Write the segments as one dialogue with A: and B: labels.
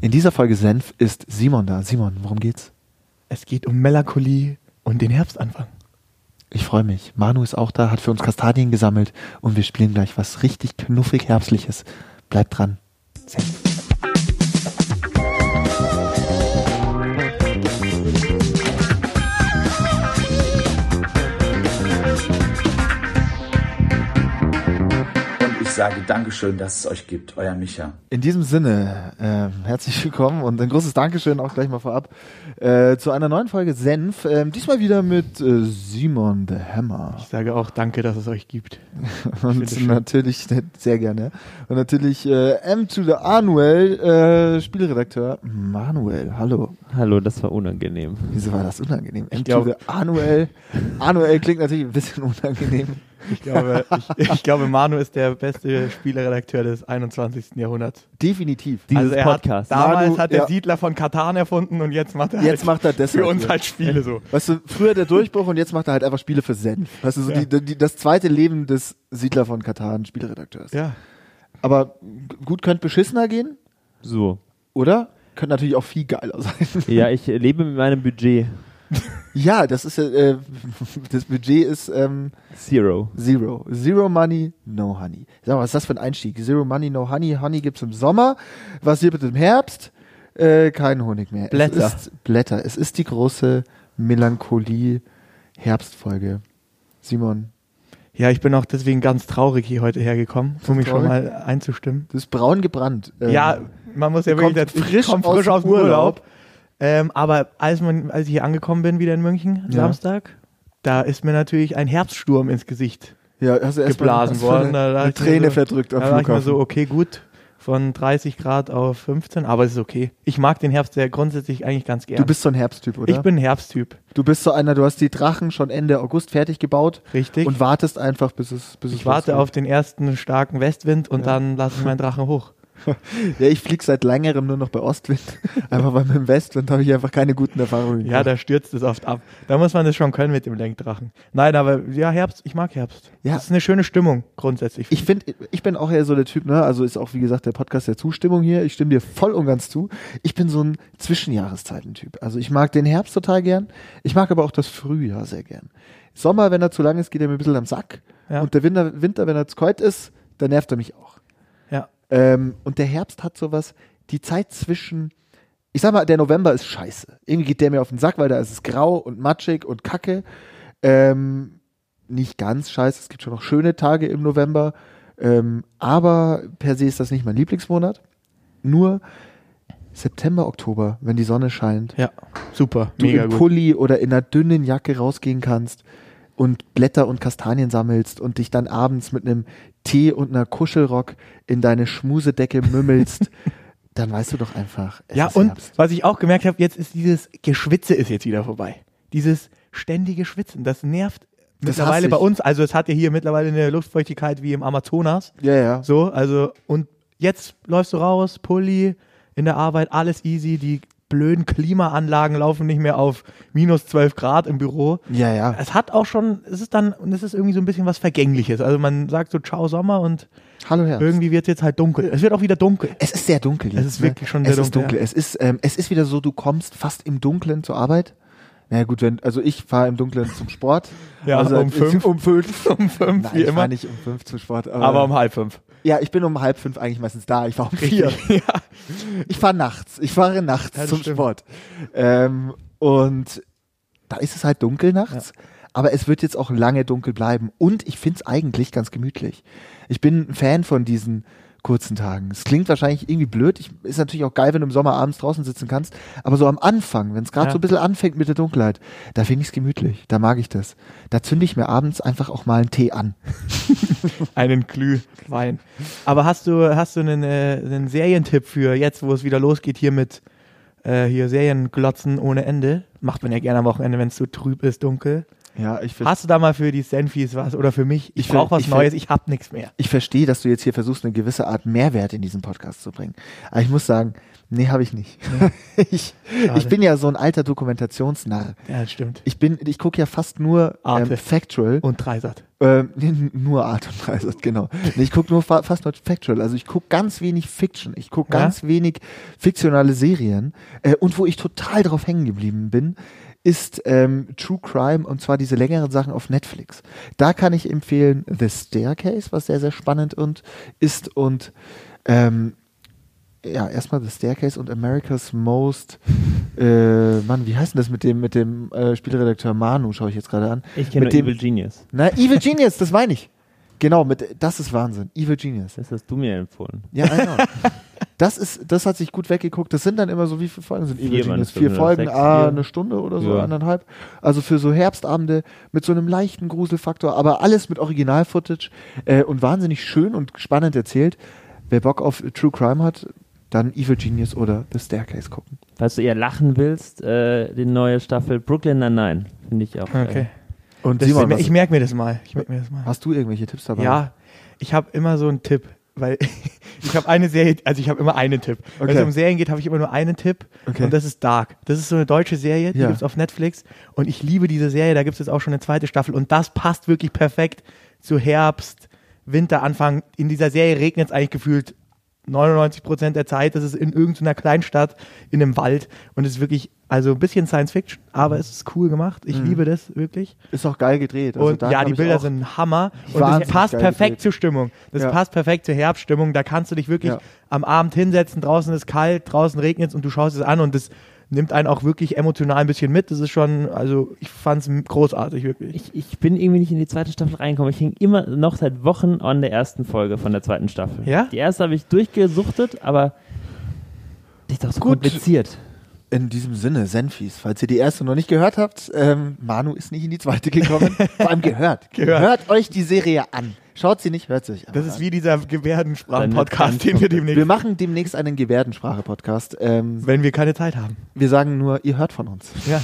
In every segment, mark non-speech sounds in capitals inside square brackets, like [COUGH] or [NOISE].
A: In dieser Folge Senf ist Simon da. Simon, worum geht's?
B: Es geht um Melancholie und den Herbstanfang.
A: Ich freue mich. Manu ist auch da, hat für uns Kastanien gesammelt und wir spielen gleich was richtig knuffig Herbstliches. Bleibt dran. Senf.
C: Ich sage Dankeschön, dass es euch gibt, euer Micha.
A: In diesem Sinne, äh, herzlich willkommen und ein großes Dankeschön auch gleich mal vorab äh, zu einer neuen Folge Senf. Äh, diesmal wieder mit äh, Simon the Hammer. [LAUGHS]
B: Ich sage auch Danke, dass es euch gibt.
A: und natürlich, [LAUGHS] sehr gerne. Und natürlich äh, M to the Anuel, äh, Spielredakteur Manuel. Hallo.
D: Hallo, das war unangenehm.
A: Wieso war das unangenehm? M to the Anuel. Anuel klingt natürlich ein bisschen unangenehm.
B: Ich glaube, ich, ich, glaube, Manu ist der beste Spieleredakteur des 21. Jahrhunderts.
A: Definitiv.
B: Dieses also Podcast. Hat, damals Manu, hat der ja. Siedler von Katan erfunden und jetzt macht er,
A: jetzt
B: halt
A: macht er
B: für uns halt Spiele so.
A: Weißt du, früher der Durchbruch und jetzt macht er halt einfach Spiele für Zen. Weißt du, so ja. die, die, das zweite Leben des Siedler von Katan Spieleredakteurs.
B: Ja.
A: Aber gut, könnte beschissener gehen.
D: So.
A: Oder? Könnte natürlich auch viel geiler [LAUGHS] sein.
D: Ja, ich lebe mit meinem Budget.
A: Ja, das ist ja, äh, [LAUGHS] das Budget ist ähm,
D: Zero.
A: Zero. Zero Money, no Honey. Sag mal, was ist das für ein Einstieg? Zero Money, no Honey. Honey gibt's im Sommer. Was gibt es im Herbst? Äh, kein Honig mehr.
B: Blätter.
A: Es ist Blätter. Es ist die große Melancholie-Herbstfolge. Simon.
B: Ja, ich bin auch deswegen ganz traurig hier heute hergekommen, um mich traurig? schon mal einzustimmen.
A: Du bist braun gebrannt.
B: Ähm, ja, man muss ja wirklich
A: frisch, frisch aus, aus Urlaub. Urlaub.
B: Ähm, aber als, man, als ich hier angekommen bin, wieder in München, ja. Samstag, da ist mir natürlich ein Herbststurm ins Gesicht
A: ja, also
B: geblasen worden.
A: Da, da eine Träne
B: so,
A: verdrückt am
B: da
A: Flughafen.
B: Da war ich mir so, okay, gut, von 30 Grad auf 15, aber es ist okay. Ich mag den Herbst ja grundsätzlich eigentlich ganz gerne.
A: Du bist so ein Herbsttyp, oder?
B: Ich bin ein Herbsttyp.
A: Du bist so einer, du hast die Drachen schon Ende August fertig gebaut.
B: Richtig.
A: Und wartest einfach, bis es bis
B: Ich
A: es
B: warte losgeht. auf den ersten starken Westwind und ja. dann lasse ich meinen
A: [LAUGHS]
B: Drachen hoch.
A: Ja, ich fliege seit längerem nur noch bei Ostwind. [LAUGHS] Einfach weil mit dem Westwind habe ich einfach keine guten Erfahrungen.
B: Ja, da stürzt es oft ab. Da muss man das schon können mit dem Lenkdrachen. Nein, aber ja, Herbst, ich mag Herbst.
A: Ja.
B: Das ist eine schöne Stimmung grundsätzlich.
A: Ich finde, ich bin auch eher so der Typ, ne? Also ist auch, wie gesagt, der Podcast der Zustimmung hier. Ich stimme dir voll und ganz zu. Ich bin so ein Zwischenjahreszeiten-Typ. Also ich mag den Herbst total gern. Ich mag aber auch das Frühjahr sehr gern. Sommer, wenn er zu lang ist, geht er mir ein bisschen am Sack. Ja. Und der Winter, Winter, wenn er zu kalt ist, dann nervt er mich auch.
B: Ja.
A: Ähm, und der Herbst hat sowas, die Zeit zwischen, ich sag mal, der November ist scheiße. Irgendwie geht der mir auf den Sack, weil da ist es grau und matschig und kacke. Ähm, nicht ganz scheiße, es gibt schon noch schöne Tage im November. Ähm, aber per se ist das nicht mein Lieblingsmonat. Nur September, Oktober, wenn die Sonne scheint.
B: Ja, super.
A: Du mega im Pulli gut. oder in einer dünnen Jacke rausgehen kannst und Blätter und Kastanien sammelst und dich dann abends mit einem Tee und einer Kuschelrock in deine Schmusedecke
B: [LAUGHS]
A: mümmelst, dann weißt du doch einfach.
B: ja, und Herbst. was ich auch gemerkt habe, jetzt ist dieses Geschwitze ist jetzt wieder vorbei. Dieses ständige Schwitzen, das nervt das mittlerweile bei uns. Also es hat ja hier mittlerweile eine Luftfeuchtigkeit wie im Amazonas.
A: Ja, ja.
B: So, also und jetzt läufst du raus, Pulli, in der Arbeit, alles easy, die blöden Klimaanlagen laufen nicht mehr auf minus 12 Grad im Büro.
A: Ja, ja.
B: Es hat auch schon, es ist dann, und es ist irgendwie so ein bisschen was Vergängliches. Also man sagt so, ciao Sommer und
A: Hallo Herbst.
B: irgendwie wird es jetzt halt dunkel. Es wird auch wieder dunkel.
A: Es ist sehr dunkel. ne?
B: Jetzt, es ist wirklich schon sehr
A: es
B: dunkel.
A: Ist dunkel. Ja. Es, ist, ähm, es ist wieder so, du kommst fast im Dunkeln zur Arbeit. Naja gut, wenn, also ich fahre im Dunkeln zum Sport.
B: ja,
A: also
B: um fünf.
A: Um fünf.
B: [LAUGHS] Um fünf,
A: Nein,
B: wie
A: ich
B: immer.
A: fahre nicht um fünf zum Sport. Aber,
B: Aber um halb fünf.
A: Ja, ich bin um halb fünf eigentlich meistens da. Ich fahre um vier.
B: [LAUGHS] Ja.
A: Ich fahre nachts. Ich fahre nachts
B: Ja, das
A: zum
B: stimmt.
A: Sport. Ähm, und da ist es halt dunkel nachts. Aber es wird jetzt auch lange dunkel bleiben. Und ich find's eigentlich ganz gemütlich. Ich bin ein Fan von diesen kurzen Tagen. Es klingt wahrscheinlich irgendwie blöd. Ich, ist natürlich auch geil, wenn du im Sommer abends draußen sitzen kannst. Aber so am Anfang, wenn es gerade
B: Ja.
A: so ein bisschen anfängt mit der Dunkelheit, da finde ich's gemütlich. Da mag ich das. Da zünde ich mir abends einfach auch mal einen Tee an.
B: Einen Glühwein. Aber hast du, hast du einen, äh, einen Serientipp für jetzt, wo es wieder losgeht hier mit äh, hier Serienglotzen ohne Ende? Macht man ja gerne am Wochenende, wenn es so trüb ist, dunkel.
A: Ja, ich
B: Hast du da mal für die Senfis was oder für mich? Ich,
A: Ich
B: brauch
A: will-
B: was
A: ich will-
B: Neues, ich hab nichts mehr.
A: ich verstehe, dass du jetzt hier versuchst, eine gewisse Art Mehrwert in diesen Podcast zu bringen. Aber ich muss sagen, Nee, habe ich nicht. [LAUGHS] ich, ich bin ja so ein alter Dokumentationsnarr.
B: Ja, das stimmt.
A: Ich bin, ich gucke ja fast nur ähm,
B: Arte.
A: Factual.
B: Und Dreisat.
A: Ähm, [LAUGHS] nee, n- nur Art und Weise, genau. Nee, ich gucke nur fa fast nur Factual. Also ich gucke ganz wenig Fiction. Ich gucke
B: Ja?
A: ganz wenig fiktionale Serien. Äh, und wo ich total drauf hängen geblieben bin, ist ähm, True Crime und zwar diese längeren Sachen auf Netflix. Da kann ich empfehlen The Staircase, was sehr, sehr spannend und ist und ähm, ja, erstmal The Staircase und America's Most äh, Mann, wie heißt denn das mit dem, mit dem äh, Spielredakteur Manu, schaue ich jetzt gerade an.
D: Ich kenne
A: Mit
D: nur
A: dem-
D: Evil Genius.
A: na, Evil Genius, das meine ich. Genau, mit, das ist Wahnsinn. Evil Genius.
D: Das hast du mir empfohlen.
A: Ja, I
B: [LAUGHS]
A: know. Das, ist, das hat sich gut weggeguckt. Das sind dann immer so, wie viele Folgen sind Evil
D: Vier waren
A: Genius?
D: es,
A: Vier
D: fünf oder
A: Folgen,
D: sechs,
A: ah,
D: vier.
A: eine Stunde oder so,
D: Ja.
A: anderthalb. Also für so Herbstabende mit so einem leichten Gruselfaktor, aber alles mit Original-Footage äh, und wahnsinnig schön und spannend erzählt. Wer Bock auf True Crime hat, dann Evil Genius oder The Staircase gucken.
D: Falls du eher lachen willst, äh, die neue Staffel Brooklyn Nine-Nine. Finde ich auch.
B: Okay.
D: Geil.
A: Und
B: Das,
A: Simon, was,
B: ich merke mir das mal. Ich merke mir das mal.
A: hast du irgendwelche Tipps dabei?
B: Ja, ich habe immer so einen Tipp, weil [LAUGHS] ich habe eine Serie, also ich habe immer einen Tipp. Wenn
A: Okay.
B: es um Serien geht, habe ich immer nur einen Tipp
A: Okay.
B: und das ist Dark. Das ist so eine deutsche Serie, die
A: Ja.
B: gibt's auf Netflix und ich liebe diese Serie, da gibt's jetzt auch schon eine zweite Staffel und das passt wirklich perfekt zu Herbst, Winter, Anfang. In dieser Serie regnet es eigentlich gefühlt 99 Prozent der Zeit. Das ist in irgendeiner Kleinstadt, in einem Wald und es ist wirklich, also ein bisschen Science Fiction, aber es ist cool gemacht.
A: Mhm.
B: Ich liebe das wirklich.
A: Ist auch geil gedreht. Also
B: Und
A: da
B: ja,
A: hab
B: die
A: ich
B: Bilder
A: auch-
B: sind Hammer. Und das
A: Wahnsinnig
B: passt
A: geil
B: perfekt
A: gedreht.
B: zur Stimmung. Das
A: Ja.
B: passt perfekt zur Herbststimmung. Da kannst du dich wirklich
A: Ja.
B: am Abend hinsetzen. Draußen ist kalt, draußen regnet es und du schaust es an und das nimmt einen auch wirklich emotional ein bisschen mit. Das ist schon, also ich fand es großartig, wirklich.
D: Ich, ich bin irgendwie nicht in die zweite Staffel reingekommen. Ich hing immer noch seit Wochen an der ersten Folge von der zweiten Staffel.
B: Ja?
D: Die erste habe ich durchgesuchtet, aber die ist doch so
A: Gut.
D: [LAUGHS] kompliziert.
A: In diesem Sinne, Senfis, falls ihr die erste noch nicht gehört habt, ähm, Manu ist nicht in die zweite
B: [LAUGHS]
A: gekommen. Vor allem gehört.
B: Gehört.
A: Hört euch die Serie an. Schaut sie nicht, hört sie euch an.
B: das ist wie dieser
D: Dann
B: Gebärdensprachen-Podcast, den wir
A: wir
B: demnächst,
A: machen demnächst einen Gebärdensprache-Podcast. Ähm,
B: wenn wir keine Zeit haben.
A: wir sagen nur, ihr hört von
B: [LAUGHS]
A: uns.
B: Ja.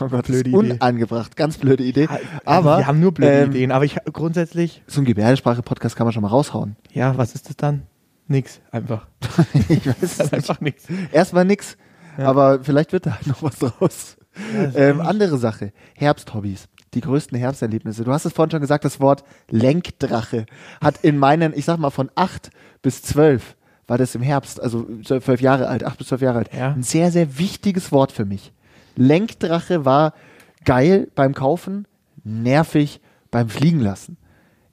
A: Oh Gott,
B: Blöde
A: ist
B: Idee.
A: Unangebracht, ganz blöde Idee.
B: Also
A: Aber
B: wir haben nur blöde
A: ähm,
B: Ideen. Aber ich grundsätzlich,
A: So einen Gebärdensprache-Podcast kann man schon mal raushauen. [LAUGHS]
B: ja, was ist das dann? Nix, einfach. [LAUGHS]
A: ich weiß es nicht.
B: Einfach nix.
A: Erstmal nix, aber vielleicht wird da [LAUGHS] noch was draus.
B: das
A: ähm, andere Sache, Herbsthobbys. Die größten Herbsterlebnisse. Du hast es vorhin schon gesagt, das Wort Lenkdrache hat in meinen, ich sag mal, von acht bis zwölf war das im Herbst, also zwölf Jahre alt, acht bis zwölf Jahre alt,
B: Ja.
A: ein sehr, sehr wichtiges Wort für mich. Lenkdrache war geil beim Kaufen, nervig beim Fliegen lassen.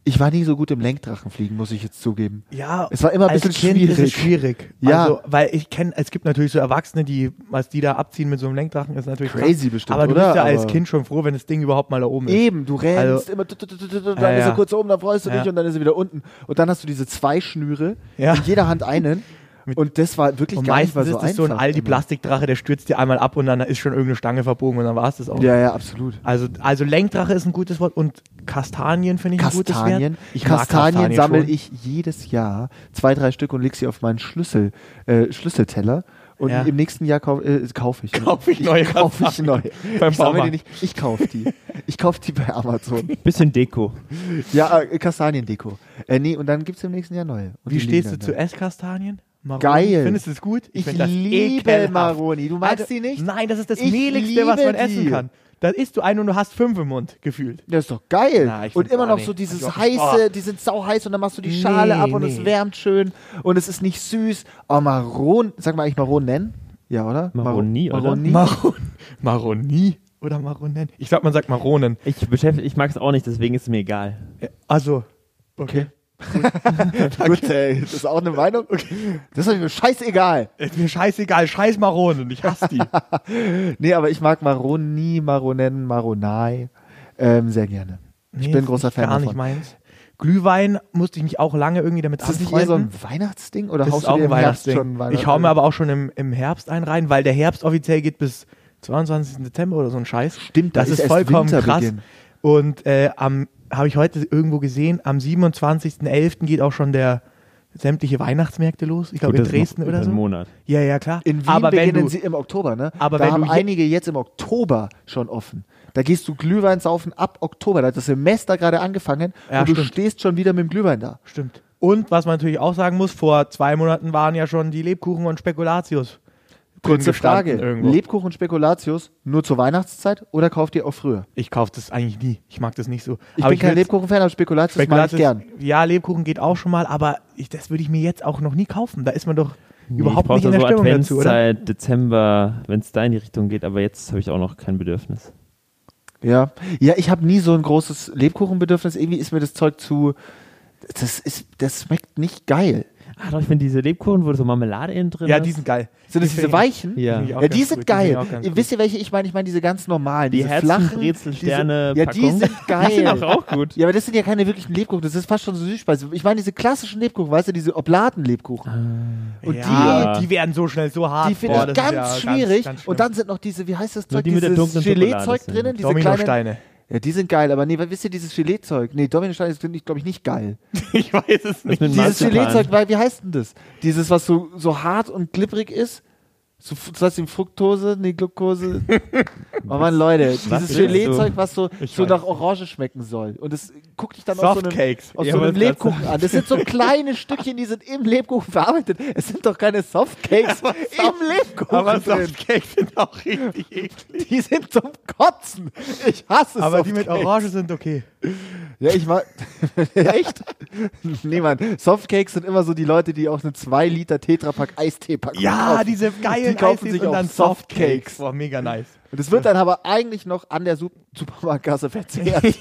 A: Ich war nie so gut im Lenkdrachenfliegen, muss ich jetzt zugeben.
B: Ja,
A: Es war immer ein
B: als
A: bisschen
B: Kind Ist es
A: schwierig.
B: schwierig.
A: Ja.
B: Also, weil ich kenne, es gibt natürlich so Erwachsene, die, was die da abziehen mit so einem Lenkdrachen, ist natürlich
A: Crazy bestimmt,
B: Aber du
A: oder?
B: bist ja als
A: Aber-
B: Kind schon froh, wenn das Ding überhaupt mal da oben ist.
A: Eben, du rennst
B: Also-
A: immer, tut, tut, tut, tut, dann
B: Ja,
A: ist er
B: ja.
A: kurz oben, dann freust du dich
B: Ja.
A: und dann ist er wieder unten. Und dann hast du diese zwei Schnüre,
B: Ja.
A: in jeder Hand
B: [LAUGHS]
A: einen. und das war wirklich
B: Und
A: gar nicht
B: meistens
A: mal
B: ist
A: so
B: es
A: einfach. genau.
B: so ein
A: immer.
B: Aldi-Plastikdrache, der stürzt dir einmal ab und dann ist schon irgendeine Stange verbogen und dann war es das auch.
A: Ja, ja, absolut.
B: Also, also Lenkdrache ist ein gutes Wort und Kastanien finde ich ein gutes Wort.
A: Kastanien. Kastanien sammle ich jedes Jahr zwei, drei Stück und lege sie auf meinen Schlüssel, äh, Schlüsselteller. Und
B: Ja.
A: im nächsten Jahr kau äh, kaufe ich.
B: Kauf ich neue
A: Kaufe ich
B: Kastanien.
A: neue.
B: Beim
A: Ich sammle die
B: Baumarkt.
A: nicht. Ich kaufe die. Ich kaufe die bei
B: [LAUGHS]
A: Amazon.
D: Bisschen Deko.
A: Ja, äh, Kastaniendeko. Äh, nee, und dann gibt es im nächsten Jahr neue. Und
B: Wie
A: die liegen
B: stehst
A: dann da.
B: du zu Esskastanien? Maroni?
A: ne? Geil.
B: Findest du es gut?
A: Ich
B: find das
A: liebe
B: ekelhaft.
A: Maroni. Du magst
B: Alter,
A: die nicht?
B: Nein, das ist das
A: Ich
B: mehligste, was
A: liebe
B: man essen
A: die.
B: kann. Da isst du einen und du hast fünf im Mund, gefühlt.
A: Das ist doch geil.
B: Na, ich
A: und
B: find's
A: immer
B: auch
A: noch
B: nicht.
A: so
B: Ich
A: dieses
B: auch nicht.
A: heiße,
B: Oh.
A: die sind sauheiß und dann machst du die Schale
B: Nee,
A: ab und es
B: nee.
A: wärmt schön und es ist nicht süß. Oh, Maron, sag mal eigentlich Maron nennen? Ja, oder?
D: Maroni, oder?
A: Maroni. [LAUGHS]
B: Maron Maroni oder Maronen? Ich glaube, man sagt Maronen.
D: Ich, beschäftige- ich mag es auch nicht, deswegen ist es mir egal.
B: Also,
A: okay. Gut, ey, das ist auch eine Meinung. Das ist mir scheißegal.
B: ist mir scheißegal, scheiß Maronen, ich hasse die.
A: Nee, aber ich mag Maroni, Maronen, Maronai ähm, sehr gerne. [LAUGHS] Ich
B: Nee,
A: bin
B: ist
A: großer
B: nicht-
A: Fan
B: Gar
A: davon.
B: nicht meins. Glühwein musste ich mich auch lange irgendwie damit
A: ist das nicht eher so
B: anfreunden.
A: ein Weihnachtsding oder
B: Das
A: haust
B: ist
A: du
B: auch
A: dir
B: ein
A: im Herbst
B: Weihnachtsding.
A: schon Weihnachten?
B: ich hau mir aber auch schon im, im Herbst einen rein, weil der Herbst offiziell geht bis 22. Dezember oder so ein Scheiß.
A: Stimmt, da
B: das
A: ist
B: ist,
A: erst
B: vollkommen krass.
A: Winterbeginn.
B: Und äh, am habe ich heute irgendwo gesehen, am 27.11. geht auch schon der sämtliche Weihnachtsmärkte los. Ich glaube in
D: Gut, das ist
B: Dresden
D: noch
B: oder
D: über
B: so.
D: einen Monat.
B: Ja, ja, klar.
A: In Wien
B: aber wenn
A: beginnen
B: du,
A: sie im Oktober, ne?
B: aber
A: da
B: wenn
A: haben
B: du je-
A: einige jetzt im Oktober schon offen. Da gehst du Glühwein saufen ab Oktober. Da hat das Semester gerade angefangen
B: Ja,
A: und du
B: stimmt.
A: stehst schon wieder mit dem Glühwein da.
B: Stimmt. Und was man natürlich auch sagen muss, vor zwei Monaten waren ja schon die Lebkuchen und Spekulatius. drin
A: Kurze
B: gestanden
A: Frage.
B: irgendwo.
A: Lebkuchen und Spekulatius nur zur Weihnachtszeit oder kauft ihr auch früher?
B: ich kaufe das eigentlich nie. Ich mag das nicht so.
A: Ich
B: Aber
A: bin kein
B: will's-
A: Lebkuchen-Fan, aber Spekulatius, mag ich gern.
B: Ja, Lebkuchen geht auch schon mal, aber ich, das würde ich mir jetzt auch noch nie kaufen. Da ist man doch überhaupt nicht
D: ich
B: in der
D: so
B: Stimmung dazu, oder?
D: Adventszeit, Dezember, wenn es da in die Richtung geht, aber jetzt habe ich auch noch kein Bedürfnis.
A: Ja, ja ich habe nie so ein großes Lebkuchenbedürfnis. Irgendwie ist mir das Zeug zu. Das, ist, das schmeckt nicht geil.
D: Ah doch, ich finde diese Lebkuchen, wo so Marmelade innen drin
B: Ja,
D: ist.
B: die sind geil.
A: Sind das diese weichen?
D: Ja.
B: Die auch
A: Ja,
B: ganz
A: die sind
B: gut, die
A: geil.
B: sind auch ganz
A: Ihr
B: gut.
A: Wisst ihr, welche ich meine? Ich meine diese ganz normalen,
D: Die
A: diese
D: Herzen,
A: flachen.
D: Brezel,
A: diese-
D: Sterne,
A: Ja, die
B: [LAUGHS]
D: Packung.
A: sind
D: [LAUGHS] Die sind doch
A: geil.
D: auch gut.
A: Ja, aber das sind ja keine wirklichen Lebkuchen, das ist fast schon so Süßspeise. Ich meine diese klassischen Lebkuchen, weißt du, diese Oblaten-Lebkuchen. Und
B: Ah, ja,
D: die-
B: die, werden so schnell so hart.
A: die finde
B: Boah,
A: ich
B: das ist
A: ganz
B: ja
A: schwierig.
B: ganz schlimm.
A: und dann sind noch diese, wie heißt das
D: Nur
A: Zeug,
D: die mit der
A: dieses
D: dunklen Schokolade
A: Gelee-Zeug
D: sind.
A: drinnen, diese kleinen.
B: [LAUGHS] Dominosteine.
A: Ja, die sind geil, aber nee, weil- wisst ihr, dieses Gelee-Zeug? Nee, Dominosteine finde ich, glaube ich, nicht geil.
B: ich weiß es nicht.
D: mit
A: Dieses
D: Marzipan.
A: Gelee-Zeug, weil, wie heißt denn das? Dieses, was so, so hart und glibberig ist. So, f- das heißt die Fructose, nee,
B: [LAUGHS]
A: Glucose. oh Mann, Leute,
D: was
A: dieses
D: ist das?
A: Gelee-Zeug, was so,
B: Ich
A: so
B: weiß.
A: nach Orange schmecken soll. Und das guckt dich dann aus so einem,
B: Softcakes.
A: aus
B: Ja,
A: so einem
B: wollte grad
A: Lebkuchen an. Das sind so kleine Stückchen, die sind im Lebkuchen verarbeitet. Es sind doch keine Softcakes im Lebkuchen
B: Aber
A: drin.
B: Softcakes sind auch richtig eklig.
A: Die sind zum Kotzen. Ich hasse
B: Aber die mit
A: Softcakes.
B: Orange sind okay.
A: Ja, ich war. [LAUGHS] Echt? nee, Mann. Softcakes sind immer so die Leute, die auch eine 2-Liter Tetrapack Eisteepackung
B: Ja,
A: kaufen.
B: diese geilen
A: Die kaufen
B: Eis-
A: sich
B: und
A: auch
B: dann
A: Softcakes.
B: Softcakes. Boah, mega nice.
A: Und es wird dann aber eigentlich noch an der Sup- Supermarktkasse verzehrt.
B: [LAUGHS]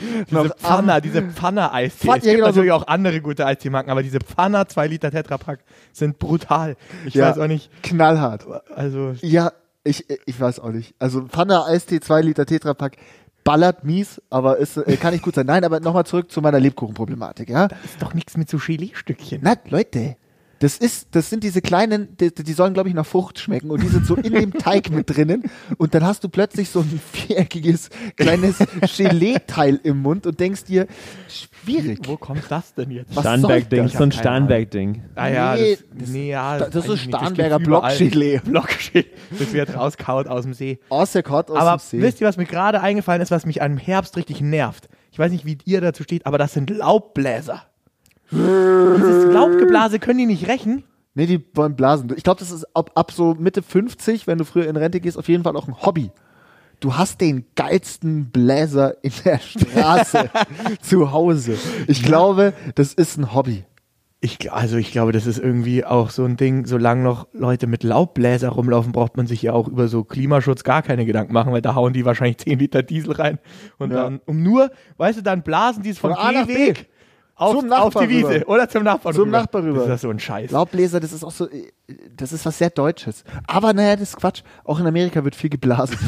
B: Diese
A: Noch am-
B: Pfanner, diese Pfanner-Eistee.
A: Pfann-
B: es
A: ja,
B: gibt
A: genau,
B: natürlich auch andere gute Eistee-Marken, aber diese Pfanner 2 Liter Tetrapack sind brutal. Ich
A: Ja.
B: weiß auch nicht,
A: Knallhart.
B: also
A: Ja, ich, ich weiß auch nicht. Also Pfanne Eistee 2 Liter Tetrapack ballert mies, aber ist, äh, kann nicht gut sein. Nein, aber nochmal zurück zu meiner Lebkuchenproblematik, ja?
B: ist doch nichts mit so Gelee-Stückchen.
A: Na, Leute, das ist, das sind diese kleinen, die, die sollen, glaube ich, nach Frucht schmecken und die sind so in
B: [LAUGHS]
A: dem Teig mit drinnen und dann hast du plötzlich so ein viereckiges, kleines Gelee-Teil im Mund und denkst dir, schwierig.
B: Wo kommt das denn jetzt?
A: Was soll
D: Starnberg-Ding,
A: das?
D: so ein
B: Ich hab keine
D: Starnberg-Ding.
B: Ah ja,
A: Nee,
B: das, nee, ja,
A: das ist so
B: eigentlich nicht. Das
A: Starnberger
B: gibt's überall.
A: Blockgelee.
B: Blockgelee. Das wird rauskaut aus dem See.
A: Ossekott aus
B: Aber
A: dem See.
B: wisst ihr, was mir gerade eingefallen ist, was mich am Herbst richtig nervt? Ich weiß nicht, wie ihr dazu steht, aber das sind Laubbläser. Dieses Laubgeblase können die nicht rächen.
A: nee, die wollen blasen. Ich glaube, das ist ab, ab so Mitte 50, wenn du früher in Rente gehst, auf jeden Fall auch ein Hobby. Du hast den geilsten Bläser in der
B: [LAUGHS]
A: Straße zu Hause. Ich glaube, das ist ein Hobby.
B: Ich, gl- also ich glaube, das ist irgendwie auch so ein Ding, solange noch Leute mit Laubbläser rumlaufen, braucht man sich ja auch über so Klimaschutz gar keine Gedanken machen, weil da hauen die wahrscheinlich 10 Liter Diesel rein und
A: Ja.
B: dann um nur, weißt du, dann blasen die es vom
A: Von A nach B.
B: Gehweg auf,
A: Zum
B: auf die
A: Nachbarn
B: Wiese
A: rüber.
B: oder zum Nachbarn
A: Zum
B: rüber.
A: Nachbarn rüber.
B: Das ist doch so ein Scheiß.
A: Laubbläser, das ist auch so, äh, das ist was sehr Deutsches. Aber naja, das ist Quatsch. Auch in Amerika wird viel geblasen.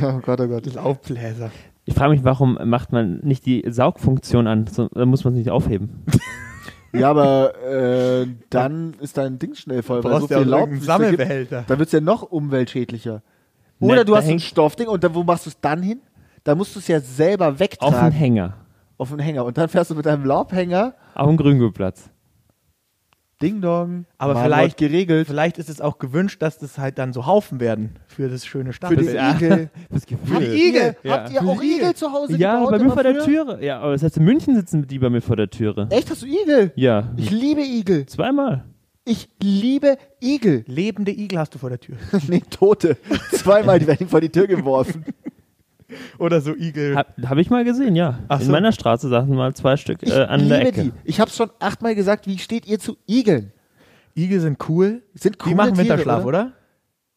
A: ja, oh Gott, oh Gott.
B: Laubbläser.
D: Ich frage mich, warum macht man nicht die Saugfunktion an? So, da muss man es nicht aufheben.
A: Ja, aber äh, dann ist dein Ding schnell voll, weil
B: Brauchst
A: so
B: ja
A: viel
B: auch
A: Laub
B: irgendeinen
A: es da gibt,
B: Sammelbehälter.
A: Dann wird es ja noch umweltschädlicher. Oder
D: Ne,
A: du
D: da
A: hast ein
D: hängt-
A: Stoffding und dann, wo machst du es dann hin? Da musst du es ja selber
D: Auf dem
A: wegtragen.
D: Hänger.
A: Auf den Hänger. Und dann fährst du mit deinem Laubhänger.
D: Auf dem Grüngürtelplatz.
A: Ding dong.
B: Aber
A: Mann,
B: vielleicht-
A: Gott, geregelt.
B: Vielleicht ist es auch gewünscht, dass das halt dann so Haufen werden für das schöne Stadtbild.
A: den Igel.
D: Das
A: Habt
D: Gefühl.
A: ihr Igel?
D: Ja.
A: Habt ihr auch Igel zu Hause
D: Ja,
A: gebaut
D: bei mir
A: immer
D: vor der
A: früher?
D: Türe. Ja, aber das heißt, in München sitzen die bei mir vor der Türe.
A: Echt, hast du Igel?
D: Ja,
A: Ich liebe Igel.
D: zweimal.
A: Ich liebe Igel.
B: Lebende Igel hast du vor der Tür.
A: [LAUGHS]
B: [LAUGHS]
A: nee, Tote. Zweimal, die werden vor die Tür geworfen.
B: Oder so Igel.
D: Habe hab ich mal gesehen, ja.
B: Ach
D: in
B: so.
D: meiner Straße saßen mal zwei Stück
A: [LAUGHS] Ich
D: äh, an der
A: liebe
D: Ecke.
A: die. Ich hab's schon achtmal gesagt, wie steht ihr zu Igeln?
B: Igel sind cool.
A: Sind coole
B: die machen
A: Tiere,
B: Winterschlaf, oder?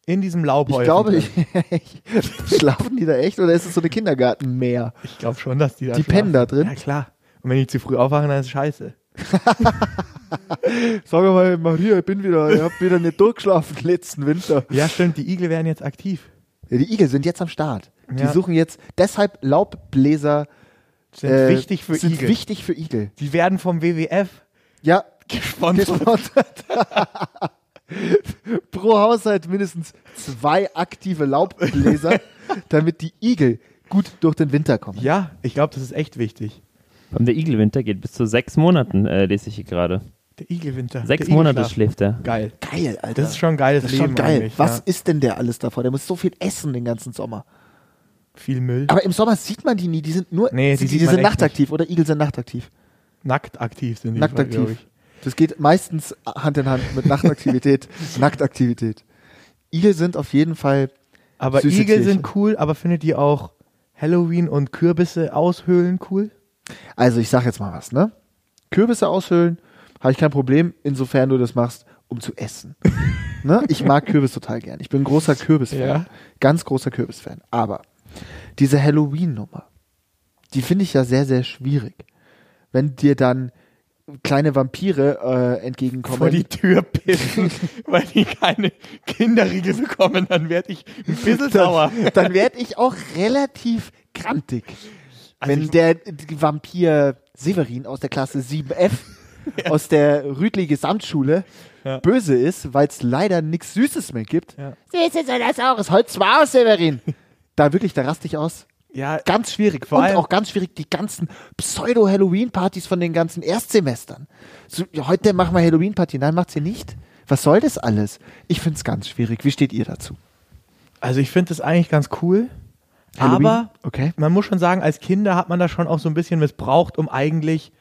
B: In diesem Laubhäufen.
A: Ich glaube,
B: drin.
A: ich, [LAUGHS] schlafen die da echt oder ist es so eine Kindergartenmäher?
B: ich glaube schon, dass die da
A: Die
B: schlafen.
A: pennen da drin?
B: Ja, klar. Und wenn die zu früh aufwachen, dann ist es scheiße.
A: Sag mal, Maria, ich bin wieder, ich hab wieder nicht durchgeschlafen letzten Winter.
B: Ja, stimmt. Die Igel werden jetzt aktiv.
A: Ja, die Igel sind jetzt am Start. Die
B: Ja.
A: suchen jetzt, deshalb Laubbläser
B: Sind
A: äh,
B: wichtig für
A: sind
B: Igel.
A: wichtig für Igel.
B: die werden vom WWF
A: Ja,
B: gesponsert.
A: gesponsert. [LAUGHS] Pro Haushalt mindestens zwei aktive
B: [LAUGHS]
A: Laubbläser, damit die Igel gut durch den Winter kommen.
B: [LAUGHS] Ja, ich glaube, das ist echt wichtig.
D: Und der Igelwinter geht bis zu sechs Monaten, äh, lese ich hier gerade.
B: Der Igelwinter.
D: Sechs
B: der
D: Monate
B: Igelschlaf.
D: schläft er.
B: Geil.
A: Geil, Alter.
B: Das ist schon ein geiles
A: Das ist
B: Leben
A: schon geil.
B: eigentlich,
A: Was
B: ja.
A: ist denn der alles davor? Der muss so viel essen den ganzen Sommer.
B: Viel Müll.
A: Aber im Sommer sieht man die nie. Die sind nur,
B: Nee, die
A: die,
B: sieht
A: die
B: man
A: sind
B: echt
A: nachtaktiv oder Igel sind nachtaktiv.
B: Nackt aktiv sind die,
A: Nackt
B: glaub
A: aktiv. Das geht meistens Hand in Hand mit
B: [LAUGHS]
A: Nachtaktivität, Nacktaktivität. Igel sind auf jeden Fall
B: Aber
A: Süße
B: Igel
A: Tierchen.
B: sind cool, aber findet ihr auch Halloween und Kürbisse aushöhlen cool?
A: Also ich sag jetzt mal was, ne? Kürbisse aushöhlen, habe ich kein Problem, insofern du das machst, um zu
B: [LAUGHS]
A: essen. ne? Ich mag Kürbis total gern. Ich bin ein großer Kürbisfan.
B: Ja.
A: Ganz großer Kürbisfan. Aber diese Halloween-Nummer, die finde ich ja sehr, sehr schwierig. Wenn dir dann kleine Vampire äh, entgegenkommen.
B: Vor die Tür [LAUGHS] pissen, weil die keine Kinderriegel bekommen, dann werde ich ein bisschen sauer.
A: dann [LAUGHS] dann werde ich auch relativ grantig. wenn
B: Also ich-
A: der Vampir Severin aus der Klasse 7F
B: [LAUGHS]
A: aus der Rüdli Gesamtschule
B: Ja.
A: böse ist, weil es leider nichts Süßes mehr gibt.
B: Ja.
A: Süßes oder Saures, heute zwar aus, Severin. Da wirklich, da raste ich aus.
B: Ja,
A: Ganz schwierig.
B: Vor
A: und
B: allem-
A: auch ganz schwierig die ganzen Pseudo-Halloween-Partys von den ganzen Erstsemestern. So, ja, heute machen wir Halloween-Party. Nein, macht sie nicht. Was soll das alles? Ich finde es ganz schwierig. Wie steht ihr dazu?
B: also ich finde das eigentlich ganz cool,
A: Halloween?
B: aber
A: Okay.
B: man muss schon sagen, als Kinder hat man das schon auch so ein bisschen missbraucht, um eigentlich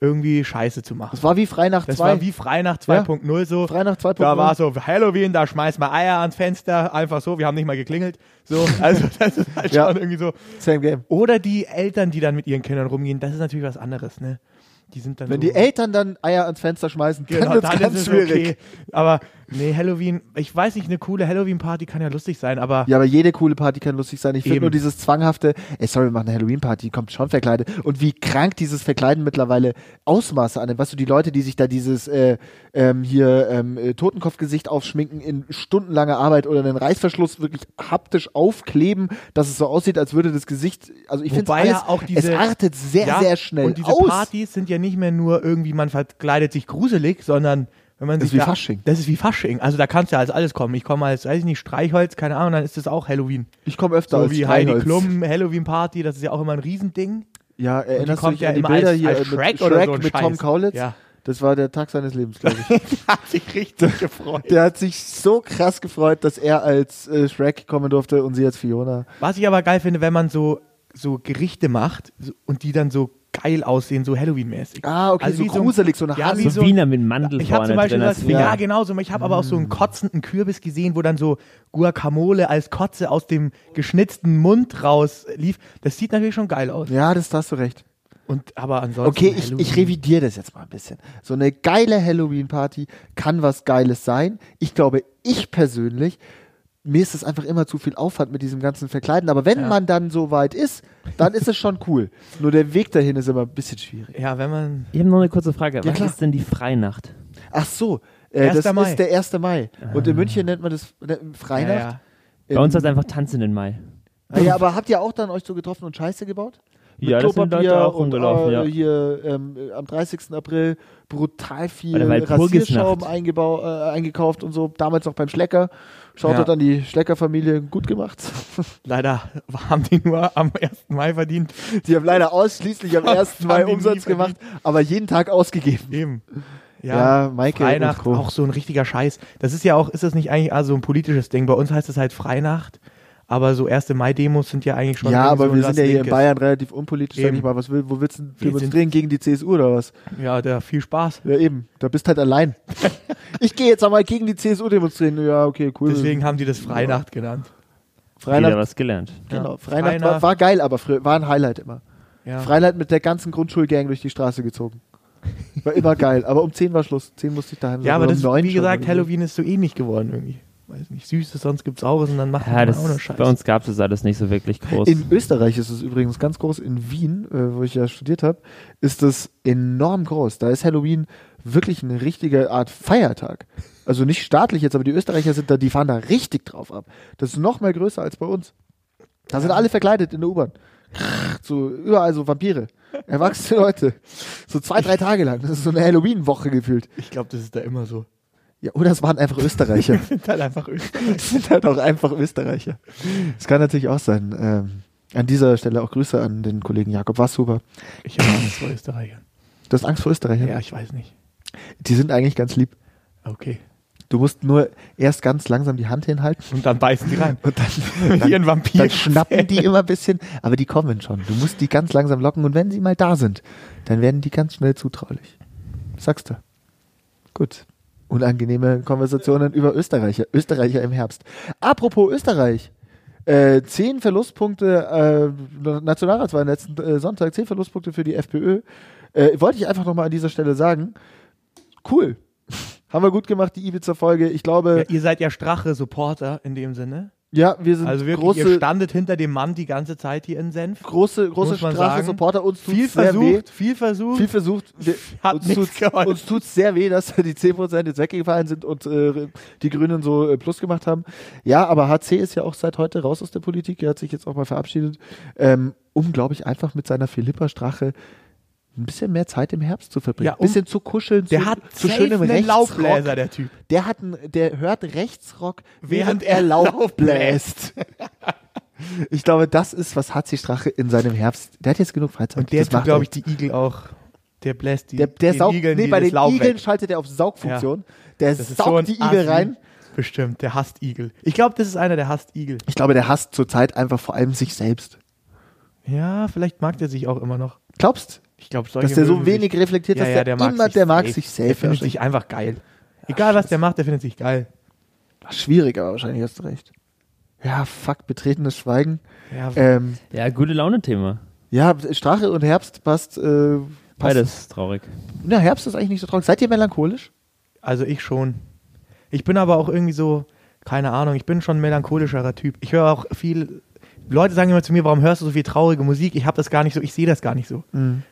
B: irgendwie Scheiße zu machen.
A: Das war wie Freinacht
B: Das
A: 2.
B: war wie Freinacht 2.0 so.
A: Freinacht 2.0.
B: Da war so Halloween, da schmeißt man Eier ans Fenster, einfach so, wir haben nicht mal geklingelt. So, also [LAUGHS] das ist halt
A: Ja.
B: schon irgendwie so.
A: Same Game.
B: Oder die Eltern, die dann mit ihren Kindern rumgehen, das ist natürlich was anderes, ne? Die sind dann
A: Wenn
B: so,
A: die Eltern dann Eier ans Fenster schmeißen,
B: Hm. genau,
A: dann wird's
B: dann
A: ganz
B: ist es
A: schwierig.
B: okay. Aber nee, Halloween, ich weiß nicht, eine coole Halloween-Party kann ja lustig sein, aber
A: Ja, aber jede coole Party kann lustig sein. Ich finde
B: Eben.
A: nur dieses zwanghafte, ey, sorry, wir machen eine Halloween-Party, kommt schon verkleidet. Und wie krank dieses Verkleiden mittlerweile Ausmaße annimmt. Weißt du, die Leute, die sich da dieses äh, ähm, hier ähm, äh, Totenkopfgesicht aufschminken in stundenlanger Arbeit oder einen Reißverschluss wirklich haptisch aufkleben, dass es so aussieht, als würde das Gesicht, also ich finde
B: Wobei
A: alles,
B: ja auch diese-
A: es artet sehr,
B: ja,
A: sehr schnell
B: Und diese
A: aus.
B: Partys sind ja nicht mehr nur irgendwie, man verkleidet sich gruselig, sondern wenn man
A: Das ist
B: sich
A: wie
B: da,
A: Fasching.
B: Das ist wie Fasching. Also da kannst du ja als alles kommen. Ich komme als, weiß ich nicht, Streichholz, keine Ahnung, dann ist das auch Halloween.
A: ich komme öfter
B: So
A: als
B: wie Heidi
A: Steinholz.
B: Klum, Halloween-Party, das ist ja auch immer
A: [LAUGHS]
B: ein Riesending.
A: Ja, erinnerst du
B: kommt
A: dich
B: ja
A: an die
B: immer
A: Bilder
B: als-
A: hier
B: als
A: äh, mit
B: Shrek oder so ein
A: mit
B: Scheiß.
A: Tom Kaulitz?
B: Ja.
A: Das war der Tag seines Lebens, glaube [LAUGHS] ich.
B: Hat sich richtig gefreut.
A: der hat sich so krass gefreut, dass er als äh, Shrek kommen durfte und sie als Fiona.
B: Was ich aber geil finde, wenn man so, so Gerichte macht so- und die dann so geil aussehen, so Halloween-mäßig. Also
A: Ah, okay, so
B: wie
A: gruselig, so eine
B: ja,
A: Halle.
B: wie
D: So Wiener mit Mandel
B: Ich habe
D: vorne
B: zum Beispiel
D: drin
B: das,
D: als
B: ja,
D: Wiener.
B: genau so. Ich habe aber auch so einen
A: Mm.
B: kotzenden Kürbis gesehen, wo dann so Guacamole als Kotze aus dem geschnitzten Mund raus lief. Das sieht natürlich schon geil aus.
A: Ja, das da hast du recht.
B: Und aber ansonsten.
A: Okay, ich, ich
B: Halloween.
A: revidiere das jetzt mal ein bisschen. So eine geile Halloween-Party kann was Geiles sein. Ich glaube, ich persönlich, mir ist es einfach immer zu viel Aufwand mit diesem ganzen Verkleiden. Aber wenn man dann so weit ist, dann ist es schon cool. Nur der Weg dahin ist immer ein bisschen schwierig.
B: Ja, wenn man.
D: Ich habe noch eine kurze Frage. Was
A: klar.
D: ist denn die Freinacht?
A: Ach so, äh, das
B: Erster Mai.
A: ist der 1. Mai. Und in München nennt man das ne, Freinacht.
B: Ja, ja.
A: In-
D: Bei uns heißt einfach Tanzen in Mai.
A: Ah ja, aber habt ihr auch dann euch so getroffen und Scheiße gebaut?
D: Ja, das sind Leute auch
A: und äh,
D: rumgelaufen, ja.
A: hier ähm, äh, am 30. April brutal viel
D: Bei der Walpurgisnacht.
A: Rasierschaum eingebau- äh, eingekauft und so. Damals noch beim Schlecker. Shoutout
B: Ja.
A: an die Schlecker-Familie. Gut gemacht. [LAUGHS]
B: Leider [LAUGHS] haben die nur am 1. Mai verdient.
A: Die haben leider ausschließlich am 1. Mai
B: Haben die nie
A: Umsatz gemacht, aber jeden Tag ausgegeben.
B: Eben.
A: Ja, Maike und
B: Freinacht,
A: Co.
B: auch so ein richtiger Scheiß. Das ist ja auch, ist das nicht eigentlich also ein politisches Ding? Bei uns heißt es halt Freinacht, aber so 1. Mai-Demos sind ja eigentlich schon.
A: Ja,
B: irgendwie
A: aber
B: so
A: wir
B: was
A: sind ja hier in
B: Linkes.
A: Bayern relativ unpolitisch, sag
B: Eben.
A: ich mal. Was will, wo willst du denn
B: Wir sind-
A: demonstrieren gegen die CSU oder was?
B: Ja, da viel Spaß.
A: Ja, eben. Da bist halt
B: [LAUGHS]
A: allein. ich gehe jetzt einmal gegen die CSU demonstrieren. Ja, okay, cool.
B: Deswegen haben die das Freinacht genannt.
A: Freinacht
D: Wieder was gelernt.
A: Genau,
B: Ja.
A: Freinacht, War,
B: Freinacht.
A: war geil, aber früher, war ein Highlight immer.
B: Ja.
A: Freinacht mit der ganzen Grundschulgang durch die Straße gezogen. War
B: [LAUGHS]
A: immer geil, aber um 10 war Schluss. 10 musste ich daheim sein.
B: Ja, aber
A: Oder
B: das ist,
A: um 9
B: wie
A: schon
B: gesagt,
A: oder so.
B: Halloween ist so ähnlich geworden irgendwie. Weiß nicht, Süßes, sonst gibt's Saures und dann macht
D: Ja,
B: man
D: das
B: auch noch
D: bei
B: Scheiße.
D: uns gab es das alles nicht so wirklich groß.
A: Genau, In Österreich ist es übrigens ganz groß. In Wien, äh, wo ich ja studiert habe, ist das enorm groß. Da ist Halloween wirklich eine richtige Art Feiertag. Also nicht staatlich jetzt, aber die Österreicher sind da, die fahren da richtig drauf ab. Das ist noch mal größer als bei uns. Da sind alle verkleidet in der U-Bahn. Krrr, So überall so Vampire. Erwachsene Leute. So zwei, drei Tage lang. Das ist so eine Halloween-Woche gefühlt.
B: Ich glaube, das ist da immer so. [LAUGHS]
A: Ja, oder es waren einfach Österreicher.
B: Sind halt einfach Österreich.
A: [LAUGHS] Das sind halt auch einfach Österreicher. Das kann natürlich auch sein. Ähm, an dieser Stelle auch Grüße an den Kollegen Jakob Wasshuber.
B: Ich habe Angst vor Österreichern.
A: Du hast Angst vor Österreichern?
B: Ja, ich weiß nicht.
A: Die sind eigentlich ganz lieb.
B: Okay.
A: Du musst nur erst ganz langsam die Hand hinhalten
B: Und dann beißen die rein.
A: und [LAUGHS] dann,
B: Wie ein Vampir.
A: dann schnappen
B: [LAUGHS]
A: die immer ein bisschen, aber die kommen schon. Du musst die ganz langsam locken und wenn sie mal da sind, dann werden die ganz schnell zutraulich. Sagst du.
B: Gut.
A: Unangenehme Konversationen über Österreicher. Österreicher im Herbst. Apropos Österreich. Äh, zehn Verlustpunkte, äh, Nationalratswahl letzten äh, Sonntag, zehn Verlustpunkte für die FPÖ. Äh, wollte ich einfach nochmal an dieser Stelle sagen. Cool. [LAUGHS] Haben wir gut gemacht, die Ibiza-Folge. Ich
B: Ja,
A: glaube,
B: ihr seid ja Strache-Supporter in dem Sinne.
A: ja, wir sind
B: Also wirklich, ihr
A: große,
B: standet hinter dem Mann die ganze Zeit hier in Senf.
A: große, große
B: muss man
A: Straßensupporter. Uns tut's
B: Viel
A: sehr weh.
B: versucht, viel versucht.
A: viel versucht. Wir,
B: [LAUGHS] Hat
A: uns
B: nichts
A: tut's-
B: geholfen.
A: uns tut's sehr weh, dass [LAUGHS] die 10% jetzt weggefallen sind und äh, die Grünen so äh, plus gemacht haben. Ja, aber HC ist ja auch seit heute raus aus der Politik. Er hat sich jetzt auch mal verabschiedet, ähm, um, glaube ich, einfach mit seiner Philippa-Strache ein bisschen mehr Zeit im Herbst zu verbringen.
B: Ja,
A: Ein
B: um-
A: bisschen zu kuscheln,
B: der
A: zu,
B: hat
A: zu
B: safe
A: schönem
B: einen
A: Rechtsrock.
B: Laubbläser, der Typ.
A: Der, hat einen, der hört Rechtsrock, während,
B: Während
A: er
B: er
A: Lauf bläst. [LAUGHS] Ich glaube, das ist, was HC Strache in seinem Herbst. Der hat jetzt genug Freizeit.
B: Und der
A: das
B: tut,
A: macht
B: glaube
A: er.
B: ich, die Igel auch. Der bläst die
A: Der, der
B: den
A: saugt,
B: Igeln
A: nee,
B: die
A: bei
B: das
A: den
B: Laub
A: Igeln
B: weg.
A: schaltet er auf Saugfunktion. Der
B: Das ist
A: saugt
B: so ein
A: die Igel
B: Assi.
A: rein.
B: Bestimmt, der hasst Igel. Ich glaube, das ist einer, der hasst Igel.
A: Ich glaube, der hasst zurzeit einfach vor allem sich selbst.
B: Ja, vielleicht mag der sich auch immer noch.
A: Glaubst,
B: Ich glaube,
A: dass der so wenig reflektiert, dass der, immer, der mag sich also
B: Der
A: selbst.
B: findet sich einfach geil. Egal, was der macht, der findet sich geil.
A: Schwierig, aber wahrscheinlich hast du recht. Ja, fuck, betretenes Schweigen.
B: Ja,
A: Ähm,
D: Ja, gute Laune-Thema.
A: ja, Strache und Herbst passt, äh, passt.
D: Beides traurig.
A: Na, Herbst ist eigentlich nicht so traurig. Seid ihr melancholisch?
B: also ich schon. Ich bin aber auch irgendwie so, keine Ahnung, ich bin schon ein melancholischerer Typ. Ich höre auch viel, Leute sagen immer zu mir, warum hörst du so viel traurige Musik? Ich habe das gar nicht so, ich sehe das gar nicht so.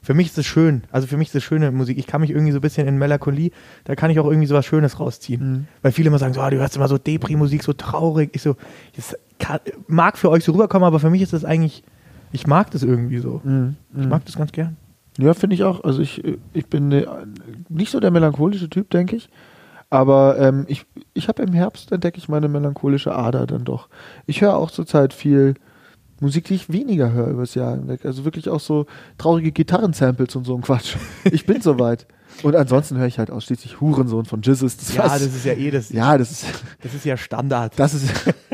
B: Für mich ist es schön. Also für mich ist es schöne Musik. Ich kann mich irgendwie so ein bisschen in Melancholie, da kann ich auch irgendwie so was Schönes rausziehen. Weil viele immer sagen so, ah, du hörst immer so Depri-Musik, so traurig. Ich so, das kann, mag für euch so rüberkommen, aber für mich ist das eigentlich, ich mag das irgendwie so. Ich mag das ganz gern.
A: Ja, finde ich auch. Also ich, äh, ich bin äh, nicht so der melancholische Typ, denke ich. Aber ähm, ich, ich habe im Herbst entdecke ich meine melancholische Ader dann doch. Ich höre auch zurzeit viel Musik, die ich weniger höre übers Jahr hinweg. Also wirklich auch so traurige Gitarrensamples und so ein Quatsch. Ich
B: [LAUGHS]
A: bin soweit. Und ansonsten höre ich halt ausschließlich Hurensohn von Jizzes. Das
B: Ja,
A: war's.
B: das ist ja eh das.
A: ja, das ist,
B: Das ist ja Standard.
A: das ist,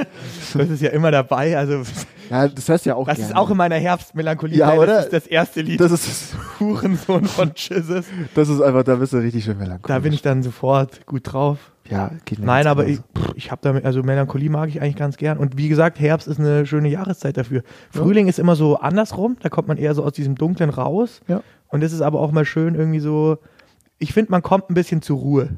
A: [LAUGHS]
B: Das ist ja immer dabei. Also,
A: ja, das hörst du ja auch
B: das
A: gerne.
B: ist auch in meiner Herbstmelancholie.
A: Ja,
B: Nein,
A: oder?
B: Das ist das erste Lied.
A: das ist,
B: Hurensohn von Jesus.
A: das ist einfach, da bist du richtig schön melancholisch.
B: Da bin ich dann sofort gut drauf.
A: ja, geht mir
B: Nein,
A: ganz
B: aber ich,
A: genauso.
B: pff, ich habe damit, also Melancholie mag ich eigentlich ganz gern. Und wie gesagt, Herbst ist eine schöne Jahreszeit dafür. Frühling ist immer so andersrum, da kommt man eher so aus diesem Dunklen raus.
A: Ja.
B: Und es ist aber auch mal schön irgendwie so, ich finde, man kommt ein bisschen zur Ruhe.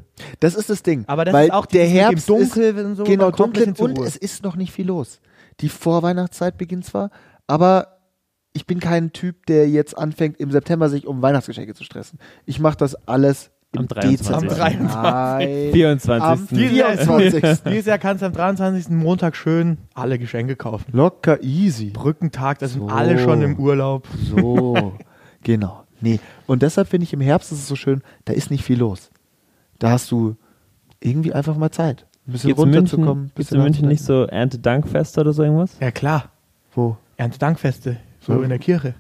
A: Das ist das Ding.
B: Aber das
A: weil
B: ist auch
A: der
B: dieses mit dem
A: Herbst
B: Dunkel
A: ist,
B: und so,
A: genau
B: man kommt ein
A: dunkel
B: bisschen zur
A: und
B: Ruhe.
A: es ist noch nicht viel los. Die Vorweihnachtszeit beginnt zwar, aber ich bin kein Typ, der jetzt anfängt im September sich um Weihnachtsgeschenke zu stressen. Ich mache das alles im
D: Am 23..
A: Dezember.
D: Am
B: 23..
A: Nein.
D: 24.
A: Am
D: Dieses
B: Jahr-
A: 24.
B: Dieses Jahr kannst du am 23. Montag schön alle Geschenke kaufen.
A: Locker easy.
B: Brückentag, das sind
A: So.
B: alle schon im Urlaub.
A: So, genau. Nee. Und deshalb finde ich im Herbst ist es so schön, da ist nicht viel los. Da hast du irgendwie einfach mal Zeit, ein bisschen
D: Gibt's in München,
A: runterzukommen. ein
D: gibt's
A: bisschen
D: in München nicht
A: nachzudenken.
D: so Erntedankfeste oder so irgendwas?
B: Ja klar,
A: Wo?
B: Erntedankfeste, so
A: Ja.
B: in der Kirche.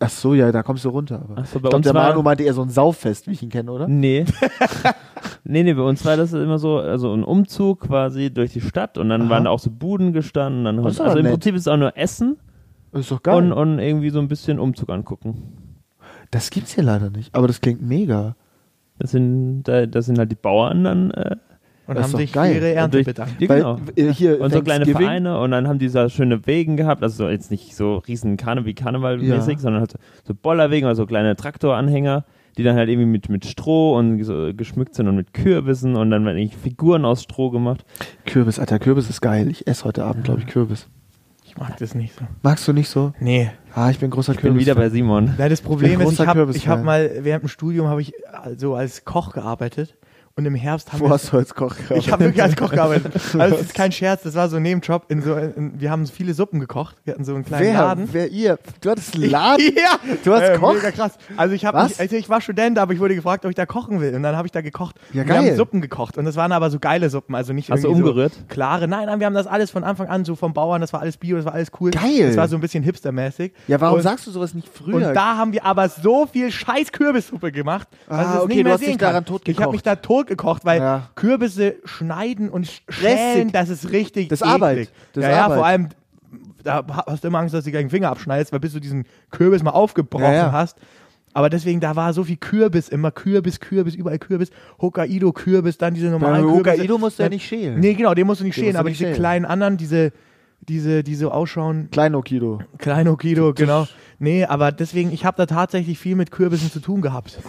A: Ach so, ja, da kommst du runter. Aber.
D: Ach so,
A: ich
D: bei
A: glaube,
D: uns
A: der
D: war- Hm.
A: Manu meinte eher so ein Sauffest, wie ich ihn kenne, oder?
D: Nee. [LAUGHS] nee, nee, bei uns war das immer so, also ein Umzug quasi durch die Stadt und dann
A: Aha.
D: waren da auch so Buden gestanden. Dann
A: Das ist
D: also
A: aber
D: im
A: nett.
D: Prinzip ist es auch nur Essen
A: Ist doch geil.
D: und, und irgendwie so ein bisschen Umzug angucken.
A: das gibt's hier leider nicht, aber das klingt mega.
D: Das sind, da, das sind halt die Bauern dann äh,
B: Und
A: Das ist
B: haben
A: doch
B: sich
A: geil.
B: für ihre Ernte
D: durch-
B: bedankt.
D: Ja, genau.
A: Weil äh, hier
D: und so kleine
A: Thanksgiving-
D: Vereine und dann haben die so schöne Wegen gehabt, also so jetzt nicht so riesen Karne wie Karnevalmäßig,
A: Ja.
D: sondern halt so, so Bollerwegen oder so kleine Traktoranhänger, die dann halt irgendwie mit, mit Stroh und so geschmückt sind und mit Kürbissen und dann werden irgendwie Figuren aus Stroh gemacht.
A: Kürbis, Alter, Kürbis ist geil. Ich esse heute Abend, glaube ich, Kürbis.
B: Ich mag das nicht so.
A: Magst du nicht so?
B: Nee,
A: Ah, ich bin großer
D: Ich bin
A: Kürbis.
D: wieder
A: [LAUGHS]
D: bei Simon.
B: Nein, das Problem
A: bin
B: ist, ich
A: großer
B: habe
A: Kürbisfan.
B: hab mal während dem Studium habe ich äh, so als Koch gearbeitet und im Herbst haben
A: Wo
B: wir
A: hast du als Koch gehabt?
B: [LAUGHS] ich habe wirklich als Koch gearbeitet.
A: [LAUGHS]
B: Also das ist kein Scherz, das war so ein Nebenjob. In so, in, wir haben so viele Suppen gekocht. Wir hatten so einen kleinen
A: Wer?
B: Laden.
A: Wer ihr? Du hattest einen Laden?
B: [LAUGHS]
D: [LAUGHS]
B: Ja, Äh,
A: Du hast Koch?
B: Mega krass. Also ich, hab
A: Was?
B: mich, also ich war Student, aber ich wurde gefragt, ob ich da kochen will. Und dann habe ich da gekocht.
A: Ja,
B: wir
A: geil.
B: haben Suppen gekocht. Und das waren aber so geile Suppen. Also nicht
D: Hast du
B: irgendwie
D: umgerührt?
B: So klare. Nein, nein, wir haben das alles von Anfang an so vom Bauern. Das war alles Bio, das war alles cool.
A: Geil.
B: Das war so ein bisschen hipstermäßig.
A: Ja, warum
B: und,
A: sagst du sowas nicht früher?
B: Und da haben wir aber so viel scheiß Kürbissuppe gemacht, dass
A: Ah,
B: ich es
A: okay,
B: nicht mehr
A: du hast
B: sehen
A: dich
B: kann.
A: daran tot
B: ich habe mich
A: gekocht.
B: da tot gekocht, weil
A: Ja.
B: Kürbisse schneiden und sch- schälen,
A: Lästig.
B: das ist richtig
A: Das
B: eklig.
A: Arbeit. Das
B: ja, ja,
A: Arbeit.
B: vor allem, da ha- hast du immer Angst, dass du dir gleich den Finger abschneidest, weil bis du diesen Kürbis mal aufgebrochen
A: Ja, ja.
B: hast. Aber deswegen, da war so viel Kürbis immer. Kürbis, Kürbis, überall Kürbis. Hokkaido-Kürbis, dann diese
A: Beim
B: normalen Kürbisse.
A: Hokkaido musst du ja
B: Dann-
A: nicht schälen.
B: Nee, genau, den musst du nicht
A: Den
B: schälen.
A: musst du
B: Aber
A: nicht
B: diese
A: schälen.
B: kleinen anderen, diese, diese, die so ausschauen,
A: Kleinokido.
B: Klein Okido, genau. Nee, aber deswegen, ich habe da tatsächlich viel mit Kürbissen zu tun gehabt.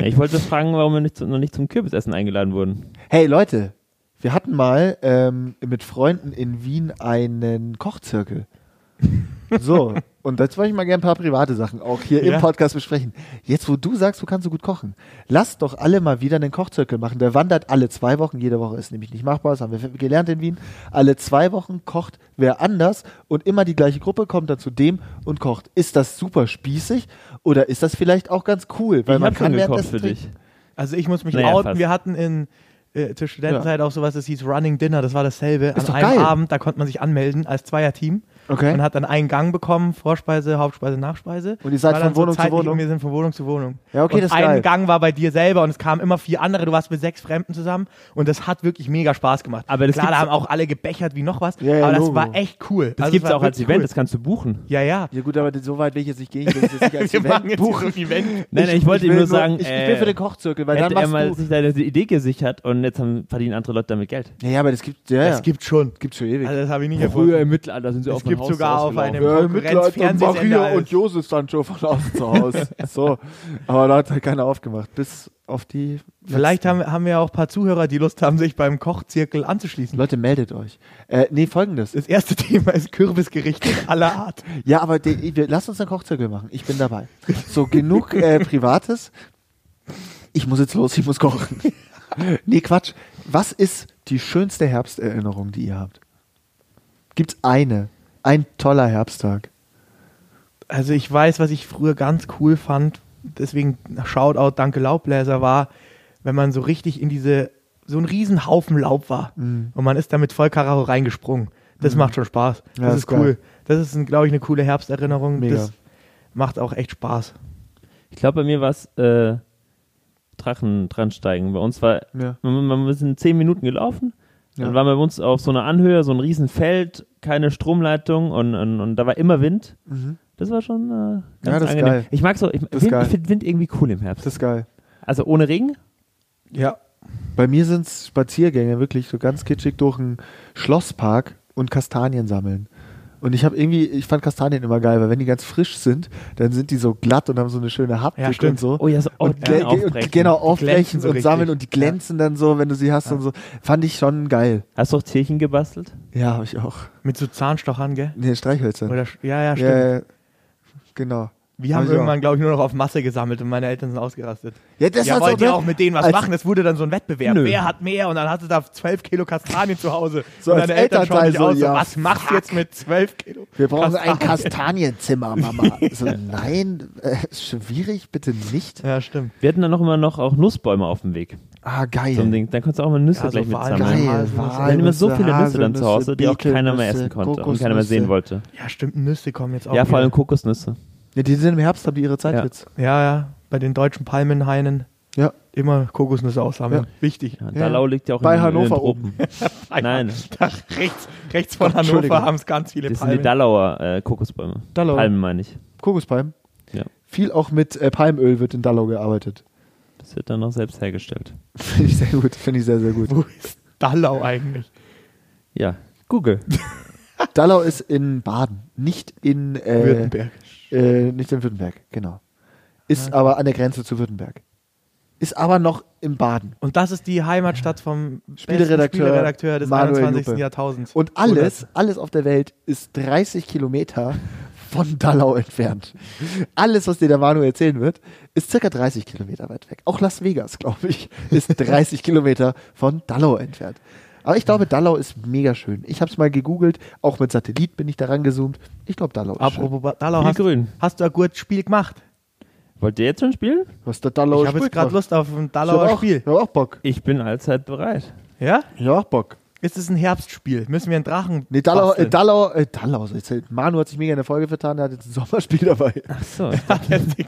D: Ja, ich wollte fragen, warum wir nicht, zu- noch nicht zum Kürbisessen eingeladen wurden.
A: Hey Leute, wir hatten mal ähm, mit Freunden in Wien einen
D: [LAUGHS]
A: Kochzirkel. So, und jetzt wollte ich mal gerne ein paar private Sachen auch hier
B: Ja.
A: im Podcast besprechen. Jetzt, wo du sagst, du kannst so gut kochen, lasst doch alle mal wieder einen Kochzirkel machen. Der wandert alle zwei Wochen. Jede Woche ist nämlich nicht machbar, das haben wir gelernt in Wien. Alle zwei Wochen kocht wer anders und immer die gleiche Gruppe kommt dann zu dem und kocht. Ist das super spießig oder ist das vielleicht auch ganz cool? Weil
D: ich
A: man
D: hab
A: kann
D: schon gekocht
A: währenddessen
D: für dich.
A: trinken.
B: Also ich muss mich
D: Naja,
B: outen.
D: fast.
B: Wir hatten in äh, zur Studentenzeit auch sowas, das hieß Running Dinner, das war dasselbe.
A: Ist
B: An
A: doch
B: einem
A: geil.
B: Abend, da konnte man sich anmelden als Zweierteam.
A: Okay.
B: Man hat dann einen Gang bekommen, Vorspeise, Hauptspeise, Nachspeise.
A: Und ihr seid
B: War
A: von
B: dann
A: Wohnung zu
B: zeitlich
A: Wohnung?
B: und Wir sind von Wohnung zu Wohnung.
A: Ja, okay,
B: und
A: das ist
B: ein
A: geil.
B: Gang war bei dir selber und es kamen immer vier andere. Du warst mit sechs Fremden zusammen und das hat wirklich mega Spaß gemacht.
D: Aber das
B: Klar, da
D: gibt's-
B: haben auch alle gebechert wie noch was,
A: Ja, ja,
B: aber das
A: Logo.
B: war echt cool.
D: Das
B: Also,
D: gibt's
B: es war
D: auch als
B: wirklich
D: Event,
B: cool.
D: das kannst du buchen.
B: Ja, ja.
A: Ja gut, aber so weit will ich jetzt nicht gehen. Ich will das jetzt nicht [LAUGHS] als
B: [LAUGHS] Wir
A: Event
B: machen jetzt
A: buchen.
B: dieses Event.
D: Nein, nein, ich, wollte ihm nur sagen,
A: ich, ich
D: äh,
A: will für den Kochzirkel, weil dann
D: hätte er mal
A: machst du.
D: sich deine Idee gesichert und jetzt haben, verdienen andere Leute damit Geld.
A: Ja, ja, aber das gibt ja,
B: Das
A: ja.
B: gibt schon.
A: gibt's schon ewig.
B: Also das habe ich nicht
D: Früher
B: erfunden.
D: im Mittelalter sind sie
B: Es
D: auf dem
B: gibt
D: Haus
B: sogar auf
D: rausgelaufen.
B: einem- Ja, im Mittelalter Konkurrenzfernsehsender Maria ist- und
A: Josef stand schon von außen zu
D: [LAUGHS]
A: Hause. so, aber da hat halt keiner aufgemacht, bis auf die.
B: Vielleicht haben, haben wir ja auch ein paar Zuhörer, die Lust haben, sich beim Kochzirkel anzuschließen.
A: Leute, meldet euch. Äh, nee, folgendes.
B: Das erste [LAUGHS] Thema ist Kürbisgerichte aller Art.
A: Ja, aber die, wir, lasst uns einen Kochzirkel machen. Ich bin dabei. So, genug äh, Privates. Ich muss jetzt los, ich muss kochen. [LAUGHS] nee, Quatsch. Was ist die schönste Herbsterinnerung, die ihr habt? Gibt's eine? Ein toller Herbsttag.
B: Also ich weiß, was ich früher ganz cool fand, deswegen Shoutout, danke Laubbläser, war, wenn man so richtig in diese, so ein riesen Haufen Laub war
A: Mhm.
B: und man ist damit voll Karacho reingesprungen. Das macht schon Spaß. Das
A: ist
B: ist
A: geil.
B: cool. Das ist, glaube ich, eine coole Herbsterinnerung.
A: Mega.
B: Das macht auch echt Spaß.
D: Ich glaube, bei mir war es äh, Drachen dran steigen. Bei uns war,
A: Ja.
D: man, man, wir sind zehn Minuten gelaufen.
A: Ja.
D: Dann waren wir bei uns auf so einer Anhöhe, so ein riesen Feld, keine Stromleitung und, und, und da war immer Wind. Das war schon äh, ganz
A: Mhm. Ja, das ist
D: angenehm.
A: geil.
D: Ich mag so, ich,
A: ist
D: Wind-
A: geil.
D: ich finde Wind irgendwie cool im Herbst.
A: Das ist geil.
D: also ohne Regen,
B: Ja.
A: Bei mir sind es Spaziergänge, wirklich so ganz kitschig durch einen Schlosspark und Kastanien sammeln. Und ich habe irgendwie, ich fand Kastanien immer geil, weil wenn die ganz frisch sind, dann sind die so glatt und haben so eine schöne Haptik
B: Ja, stimmt.
A: und so.
D: Oh ja, so
A: und
D: gl-
A: glä-
D: aufbrechen.
A: und, genau,
B: glänzen
A: aufbrechen
B: so
A: und
B: richtig.
A: sammeln und die glänzen dann so, wenn du sie hast und so. Fand ich schon geil.
D: hast du auch Tierchen gebastelt?
A: Ja, habe ich auch.
B: Mit so Zahnstochern, gell?
A: Nee, Streichhölzer.
B: Oder, sch- ja, ja, stimmt.
A: ja, ja, genau.
B: Wir haben
A: Hab ich
B: irgendwann, glaube ich, nur noch auf Masse gesammelt und meine Eltern sind ausgerastet.
A: Ja, das
B: ja,
A: hat's
B: wollt ihr
A: ne-
B: auch mit denen was
A: als-
B: machen? Das wurde dann so ein Wettbewerb.
D: Nö.
B: Wer hat mehr? Und dann hatte da 12 Kilo Kastanien zu Hause.
A: So
B: und
A: als
B: deine Eltern schauen
A: Elternteil
B: dich
A: so,
B: aus, so,
A: ja,
B: was machst du jetzt mit 12 Kilo?
A: Wir brauchen ein
B: Kastanien?
A: Kastanienzimmer, Mama. so, nein, äh, schwierig, bitte nicht.
B: Ja, stimmt.
D: Wir hatten dann noch immer noch auch Nussbäume auf dem Weg.
A: Ah, geil.
D: So ein Ding. Dann konntest du auch mal Nüsse
B: Ja, so
D: gleich
B: Walnüsse.
D: mitsammeln.
B: Geil.
D: Wir hatten immer so viele Nüsse dann zu Hause, die auch keiner mehr essen konnte und keiner mehr sehen wollte.
B: Ja, stimmt. Nüsse kommen jetzt auch.
D: ja, vor allem
B: wieder.
D: Kokosnüsse.
A: Ja, die sind im Herbst, haben die ihre Zeit
D: Ja.
A: jetzt.
B: Ja, ja. Bei den deutschen Palmenhainen
A: Ja.
B: immer Kokosnüsse aussammeln.
A: Ja.
B: Wichtig.
D: Ja,
A: Ja.
D: Dalau liegt ja auch
A: Bei
D: in, in den
A: Hannover
D: Tropen. Nein,
B: [LAUGHS] Da rechts, rechts von
A: Gott,
B: Hannover
A: Entschuldigung.
B: haben es ganz viele
D: das sind die
B: Palmen.
D: Dalauer äh, Kokosbäume.
A: Dalauer.
D: Palmen meine ich.
A: Kokospalmen.
D: Ja.
A: Viel auch mit äh, Palmöl wird in Dallau gearbeitet.
D: Das wird dann noch selbst hergestellt.
A: Finde ich sehr gut. Finde ich sehr, sehr gut.
B: Wo ist Dallau eigentlich?
D: Ja, Google.
A: Dallau ist in Baden, nicht in, äh,
B: Württemberg. Ah.
A: äh, nicht in Württemberg, genau. Ist aber an der Grenze zu Württemberg. Ist aber noch im Baden.
B: Und das ist die Heimatstadt vom besten
A: Spieleredakteur
B: Spieleredakteur des
A: Manuel
B: 21.
A: Lupe.
B: Jahrtausends.
A: Und alles, alles auf der Welt ist 30 Kilometer von Dallau entfernt. Alles, was dir der Manu erzählen wird, ist circa 30 Kilometer weit weg. Auch Las Vegas, glaube ich, ist 30 Kilometer von Dallau entfernt. Aber ich glaube, Dallau ist mega schön. Ich habe es mal gegoogelt, auch mit Satellit bin ich daran gezoomt. Ich glaube, Dallau ist schön.
B: Apropos Ba- Dallau,
D: Viel
B: hast,
D: grün.
B: hast du ein gutes Spiel gemacht?
D: Wollt ihr jetzt schon spielen?
A: Was der Dallau
B: ich habe jetzt gerade Lust auf ein
A: auf
B: Dallauer Spiel.
A: Ich hab auch Bock.
D: Ich bin allzeit bereit.
B: Ja?
A: Ich hab auch Bock.
B: ist es ein Herbstspiel. Müssen wir einen Drachen.
A: Nee, Dallau, äh,
B: basteln?
A: Dallau, äh, Dallau, so jetzt, äh, Manu hat sich mega in der Folge vertan, der hat jetzt ein [LAUGHS] Sommerspiel dabei.
D: Ach so.
A: Das
B: [LAUGHS] das
A: ist-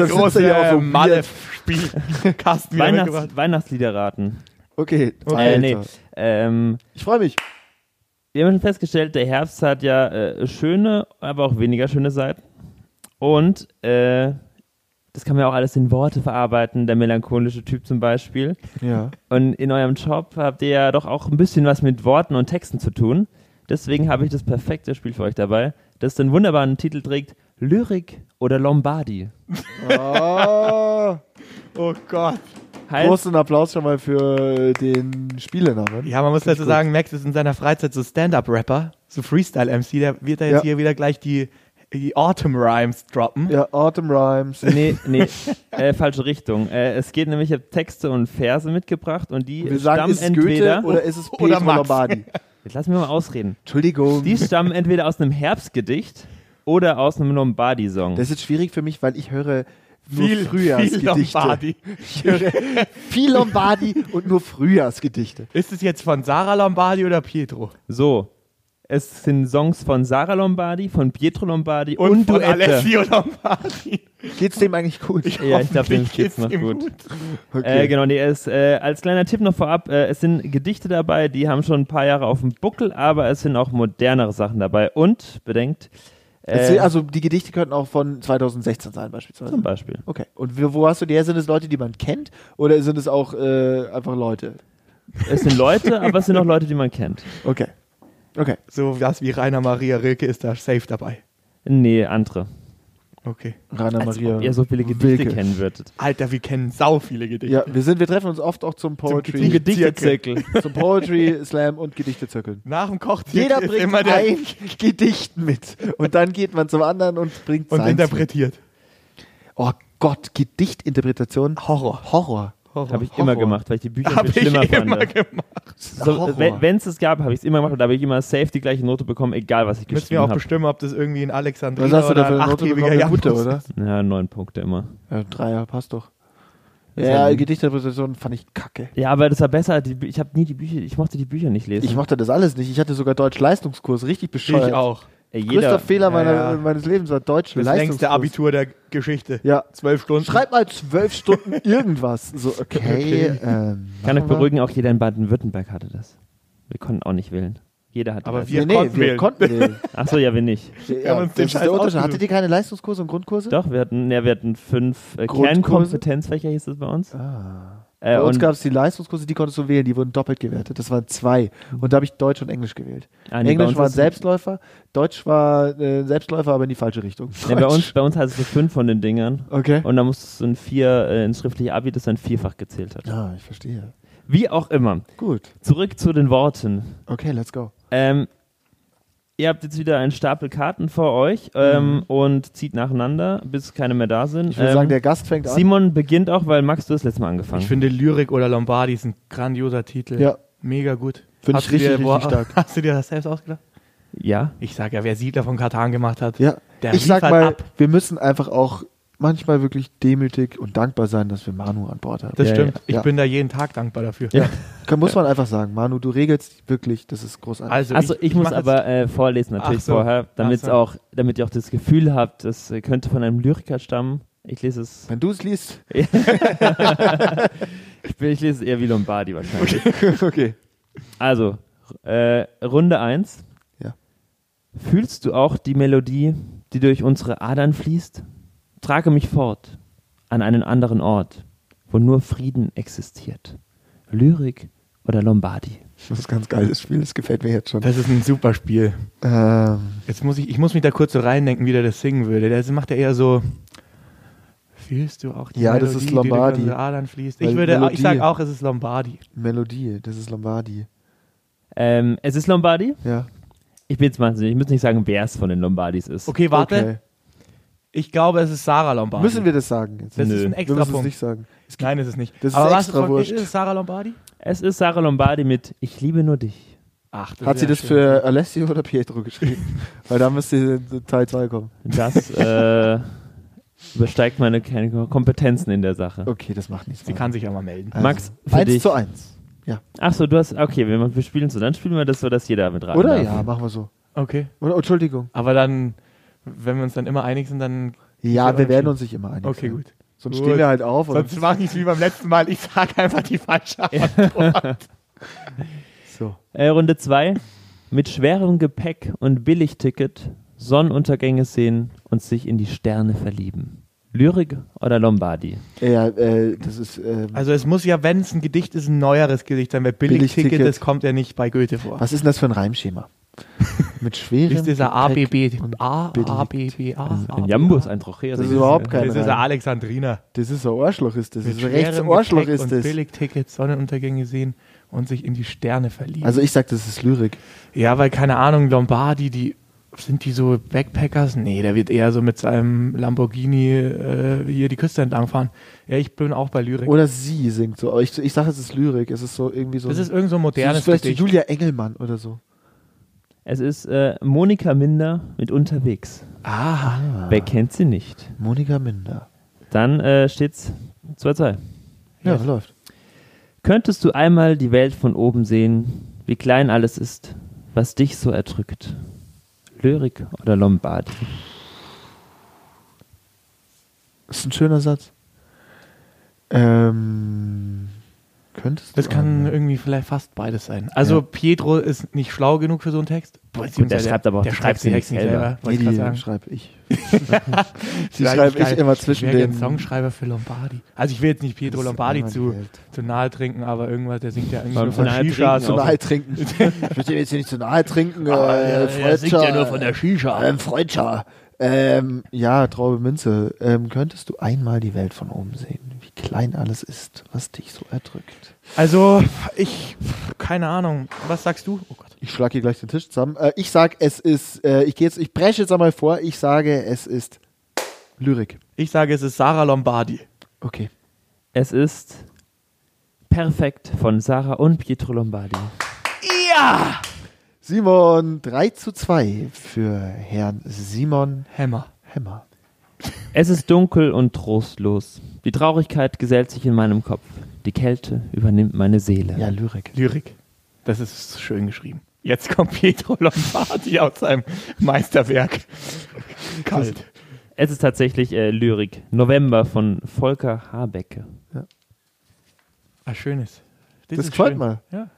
B: ist große
A: ja auch so
B: äh,
A: weird.
B: [LAUGHS] Malle-Spielkasten wieder mitgebracht.
D: Weihnachts Weihnachtslieder raten.
A: Okay.
D: Äh,
A: Alter.
D: nee. ähm,
A: Ich freue
B: [LAUGHS]
A: mich.
D: wir haben schon festgestellt, der Herbst hat ja äh, schöne, aber auch weniger schöne Seiten. Und äh, das kann man ja auch alles in Worte verarbeiten, der melancholische Typ zum Beispiel.
A: Ja.
D: Und in eurem Job habt ihr ja doch auch ein bisschen was mit Worten und Texten zu tun. Deswegen habe ich das perfekte Spiel für euch dabei, das den wunderbaren Titel trägt Lyrik oder Lombardi.
A: Oh,
B: Oh Gott.
A: [LAUGHS]
D: Heißt,
A: großen Applaus schon mal für den Spielenamen.
B: Ja, man muss dazu sagen, Max ist in seiner Freizeit so Stand-Up-Rapper, so Freestyle-MC. Der wird da jetzt
A: Ja.
B: hier wieder gleich die, die Autumn-Rhymes droppen.
A: Ja, Autumn Rhymes.
D: Nee, nee, äh, falsche Richtung. Äh, es geht nämlich, ich habe Texte und Verse mitgebracht und die
A: Wir sagen,
D: stammen
A: ist es Goethe
D: entweder.
A: oder ist es Pietro
B: [LAUGHS] Oder Max.
A: Lombardi?
D: Jetzt lass mich mal ausreden.
A: Entschuldigung.
D: Die stammen entweder aus einem Herbstgedicht oder aus einem Lombardi-Song.
A: Das ist schwierig für mich, weil ich höre nur
B: Viel- viel
A: Frühjahrsgedichte.
B: Lombardi.
A: Ich höre viel Lombardi und nur Frühjahrsgedichte.
B: Ist es jetzt von Sarah Lombardi oder Pietro?
D: So. Es sind Songs von Sarah Lombardi, von Pietro Lombardi und,
B: von
D: Duette.
B: Alessio Lombardi.
A: Geht's dem eigentlich gut?
D: Ja, ich glaube, dem
B: Hoffentlich
D: geht's
B: geht's
D: noch
B: ihm
D: gut.
A: Okay.
D: Äh, genau, nee, es, äh, als kleiner Tipp noch vorab, äh, es sind Gedichte dabei, die haben schon ein paar Jahre auf dem Buckel, aber es sind auch modernere Sachen dabei. Und, bedenkt,
A: Es
D: äh,
A: sind- also die Gedichte könnten auch von 2016 sein beispielsweise.
D: zum Beispiel.
A: Okay. Und wo, wo hast du die her? Sind es Leute, die man kennt? Oder sind es auch äh, einfach Leute?
D: Es sind Leute, aber es sind auch Leute, die man kennt.
A: Okay. Okay.
B: So was wie Rainer Maria Rilke ist da safe dabei.
D: Nee, andere.
B: Okay.
A: Rainer
D: Als
A: Maria.
D: ob ihr so viele Gedichte
A: Wilke.
D: kennen würdet.
B: Alter, wir kennen sau viele Gedichte.
A: Ja, wir sind, wir treffen uns oft auch zum Poetry.
B: Zum Gedicht-
D: Gedichtezirkel.
A: zum Poetry, Slam und
B: [LAUGHS]
A: Gedichtezirkeln.
B: Nach dem Kochtisch
A: Jeder
B: ist
A: bringt
B: immer der
A: ein Gedicht mit. Und dann geht man zum anderen und bringt
B: und
A: seins mit.
B: interpretiert.
A: Oh Gott, Gedichtinterpretation. Horror. Horror.
D: Habe ich
A: Horror.
D: immer gemacht, weil ich die Bücher
B: Hab
D: viel
B: ich
D: schlimmer
B: immer
D: fand.
B: gemacht.
D: So,
A: Horror.
D: wenn es es gab, habe ich es immer gemacht und da habe ich immer safe die gleiche Note bekommen, egal was ich
B: Müssen wir
D: geschrieben
B: auch
D: habe.
B: bestimmen, ob das irgendwie ein Alexandriner
A: Was hast du
B: oder
A: da für
B: ein
A: eine Note bekommen?
B: achtjähriger
A: Eine
B: Jampus
A: gute, oder?
B: ist.
D: Ja, neun Punkte immer.
A: Ja, Äh, Dreier, passt doch.
D: Ist
A: Ja,
D: halt-
A: Gedichtinterpretation fand ich kacke.
D: Ja, aber das war besser. Die, Bü- ich habe nie die Bücher, ich mochte die Bücher nicht lesen.
A: Ich mochte das alles nicht. Ich hatte sogar Deutsch-Leistungskurs, richtig bescheuert.
B: Ich auch.
D: Äh,
A: Größter
D: Jeder,
A: Fehler meiner,
B: Ja, ja.
A: meines Lebens war
B: Das längste
A: Deutsch-Leistungskurs.
B: Abitur der Geschichte.
A: Ja.
B: Zwölf Stunden.
A: Schreib mal zwölf Stunden [LAUGHS] irgendwas. So, okay.
B: Okay.
A: Ähm,
D: kann euch
A: machen wir.
D: beruhigen, auch jeder in Baden-Württemberg hatte das. Wir konnten auch nicht wählen. Jeder hatte
B: Aber
D: das.
B: wir-
A: nee, nee,
B: konnten
A: wir
B: wählen.
A: konnten wählen.
D: Achso, ja, wir nicht.
A: Wir
B: haben uns den Scheiß ausgesucht.
A: Hattet ihr keine Leistungskurse und Grundkurse?
D: Doch, wir hatten, ja, wir hatten fünf äh,
A: Grundkurse? Ah.
D: Kernkompetenzfächer, hieß das bei uns. Äh,
A: Bei uns
D: und,
A: gab es die Leistungskurse, die konntest du wählen, die wurden doppelt gewertet. Das waren zwei. Und da habe ich Deutsch und Englisch gewählt.
D: Ah, nee, bei
A: Englisch
D: uns
A: war ein
D: ist-
A: Selbstläufer, Deutsch war äh, Selbstläufer, aber in die falsche Richtung.
D: nee, bei,
A: Deutsch.
D: uns, bei uns hatte es so fünf von den Dingern.
A: Okay.
D: Und da musstest du ein vier, äh, ein schriftliches Abi, das dann vierfach gezählt hat.
A: Ja, ich verstehe.
D: Wie auch immer.
A: Gut.
D: Zurück zu den Worten.
A: Okay, let's go.
D: Ähm, ihr habt jetzt wieder einen Stapel Karten vor euch ähm, und zieht nacheinander, bis keine mehr da sind.
A: Mhm. Ich würde
D: ähm,
A: sagen, der Gast fängt an.
D: Simon beginnt auch, weil Max, du hast letztes Mal
B: Ich
D: angefangen.
B: finde Lyrik oder Lombardi ist ein grandioser Titel.
A: Ja.
B: Mega gut.
A: Finde
B: Hast
A: ich
B: du dir-
A: richtig, richtig
B: boah,
A: stark.
B: [LAUGHS] Hast du dir das selbst ausgedacht?
D: ja.
B: Ich sag ja, wer Siedler von Katan gemacht hat,
A: Ja,
B: der
A: ich sag
B: liefert
A: mal,
B: ab.
A: wir müssen einfach auch manchmal wirklich demütig und dankbar sein, dass wir Manu an Bord haben.
B: Das
D: Ja,
B: stimmt.
A: ja.
B: Ich
A: Ja.
B: bin da jeden Tag dankbar dafür.
D: Ja.
A: Kann, muss man einfach sagen, Manu, du regelst wirklich, das ist großartig.
B: Also,
D: Achso, ich, muss
B: mach jetzt-
D: aber äh, vorlesen natürlich
B: Ach so.
D: vorher, damit
B: Ach so.
D: auch, damit ihr auch das Gefühl habt, das äh, könnte von einem Lyriker stammen. Ich lese es.
A: Wenn du es
B: [LAUGHS]
A: liest,
D: Ich, bin- ich lese es eher wie Lombardi wahrscheinlich.
A: okay.
D: Also, äh, Runde 1.
A: Ja.
D: Fühlst du auch die Melodie, die durch unsere Adern fließt? Trage mich fort an einen anderen Ort, wo nur Frieden existiert. Lyrik oder Lombardi?
A: Das ist ein ganz geiles Spiel, das gefällt mir jetzt schon.
B: Das ist ein super Spiel.
A: Ähm,
B: Jetzt muss ich, ich muss mich da kurz so reindenken, wie der das singen würde. Das macht er eher so. Fühlst du auch die
A: Ja, das
B: Melodie,
A: ist
B: die durch
A: Lombardi.
B: unsere Adern fließt?
A: Weil
B: Ich würde,
A: Melodie-
B: ich sag auch, es ist Lombardi.
A: Melodie, das ist Lombardi.
D: Ähm, es ist Lombardi.
A: Ja.
D: Ich bin jetzt mal, ich muss nicht sagen, wer es von den Lombardis ist.
B: Okay, warte. Ich glaube, es ist Sarah Lombardi.
A: Müssen wir das sagen jetzt?
B: das ist
D: Nö.
B: ein
A: wir
B: extra
A: müssen es
B: Punkt.
A: nicht sagen.
B: Nein, ist es nicht.
A: Das ist
B: Aber was
A: extra
B: von-
A: wurscht.
B: Ist es Sarah Lombardi?
D: Es ist Sarah Lombardi mit Ich liebe nur dich.
B: Ach,
A: Hat sie das für Alessio oder Pietro
B: [LAUGHS]
A: geschrieben? Weil da müsste Teil 2 kommen. [LAUGHS]
D: Das äh, übersteigt meine Ken- Kompetenzen in der Sache.
A: Okay, das macht nichts.
B: Sie kann sich ja mal melden.
A: Also,
D: Max, für
A: 1
D: dich.
A: zu 1. Ja.
D: Achso, du hast. Okay, wenn wir- wir spielen so, dann spielen wir das so, dass jeder mit rein
A: Oder?
D: darf.
A: Ja, machen wir so.
B: Okay.
A: Oder, Entschuldigung.
B: Aber dann, wenn wir uns dann immer einig sind, dann.
A: Ja,
B: Ja,
A: wir werden
B: okay.
A: uns nicht immer einig
B: Okay,
A: sein.
B: gut.
A: Sonst
B: Gut.
A: stehen wir halt auf. Und
B: Sonst mache ich es wie beim letzten Mal. Ich sage einfach die falsche Antwort.
A: so.
D: Äh, Runde 2. Mit schwerem Gepäck und Billigticket Sonnenuntergänge sehen und sich in die Sterne verlieben. Lyrik oder Lombardi?
A: Ja, äh, das ist. ähm,
B: Also es muss ja, wenn es ein Gedicht ist, ein neueres Gedicht sein. Weil Billigticket,
A: Billigticket.
B: das kommt ja nicht bei Goethe vor.
A: was ist denn das für ein
B: [LAUGHS]
A: Reimschema? Mit schwerem.
B: Ist dieser
A: Gepäck
B: ABB,
A: und
B: A,
A: billig.
B: ABB, A,
D: Also
B: ABB.
D: ein Jambus, ein Trochäer.
A: Ah, Das ist überhaupt kein
B: Das ist der
A: Reim.
B: Alexandriner.
A: Das ist ein Arschloch, ist das. das ist ein rechts
B: schwerem
A: Arschloch
B: Gepäck
A: ist
B: Und
A: das.
B: Billigtickets, Sonnenuntergänge sehen und sich in die Sterne verlieben.
A: Also ich sag, das ist Lyrik.
B: ja, weil keine Ahnung, Lombardi, die sind die so Backpackers? Nee, der wird eher so mit seinem Lamborghini äh, hier die Küste entlang fahren. Ja, ich bin auch bei Lyrik.
A: Oder sie singt so. Aber ich, ich sag, es ist Lyrik. Es ist so irgendwie so.
B: das
A: ein-
B: ist irgend so ein
A: das
B: modernes
A: ist vielleicht die
B: Gedicht.
A: Julia Engelmann oder so.
D: Es ist äh, Monika Minder mit unterwegs.
A: Ah.
D: Wer kennt sie nicht?
A: Monika Minder.
D: Dann äh, steht's 2-2.
A: Ja,
B: Yes.
A: läuft.
D: Könntest du einmal die Welt von oben sehen, wie klein alles ist, was dich so erdrückt? Lyrik oder Lombardi?
A: Ist ein schöner Satz. Ähm, könntest
B: Das
A: du
B: kann
A: einmal-
B: irgendwie vielleicht fast beides sein. Also
A: Ähm, Ja.
B: Pietro ist nicht schlau genug für so einen Text.
D: der schreibt aber auch
B: der
D: die
B: schreibt
D: Texte
B: die Texte nicht
D: nicht selber.
B: selber.
A: Nee,
B: wollte ich grad
A: die
B: sagen.
A: schreibe ich. die
B: Vielleicht
A: schreibe
B: geil.
A: ich immer zwischen
B: ich wäre
A: den.
B: gern Songschreiber für Lombardi. Also ich will jetzt nicht Pietro
A: Das ist
B: Lombardi
A: einmal
B: zu,
A: die Welt.
B: zu nahe trinken, aber irgendwas, der singt ja irgendwie
D: Beim
B: nur von
D: Finale
B: Shisha.
D: trinken
A: zu
D: auch.
A: nahe [LAUGHS] trinken. ich möchte jetzt hier nicht zu nahe trinken.
B: Aber
A: äh,
B: er- er singt
A: Freudscher,
B: ja nur von der Shisha.
A: Ähm, Freudscher. Ähm, ja, Traube Münze. Ähm, könntest du einmal die Welt von oben sehen? Wie klein alles ist, was dich so erdrückt.
B: Also ich, keine Ahnung. Was sagst du? Oh Gott.
A: Ich schlage hier gleich den Tisch zusammen. Äh, ich sag, es ist. Äh, ich gehe jetzt. Ich breche jetzt einmal vor. Ich sage, es ist Lyrik.
B: Ich sage, es ist Sarah Lombardi.
A: Okay.
D: Es ist Perfekt von Sarah und Pietro Lombardi.
B: Ja!
A: Simon 3 zu 2 für Herrn Simon
B: Hammer.
A: Hemmer.
D: Es ist dunkel und trostlos. Die Traurigkeit gesellt sich in meinem Kopf. Die Kälte übernimmt meine Seele.
A: Ja, Lyrik.
B: Lyrik. Das ist schön geschrieben. Jetzt kommt Pietro Lombardi aus seinem Meisterwerk. Kalt.
D: Es ist tatsächlich äh, Lyrik. November von Volker Habecke.
B: Ah, schönes.
A: Das
B: ist
A: gefällt
B: schön.
A: mir.
B: Ja.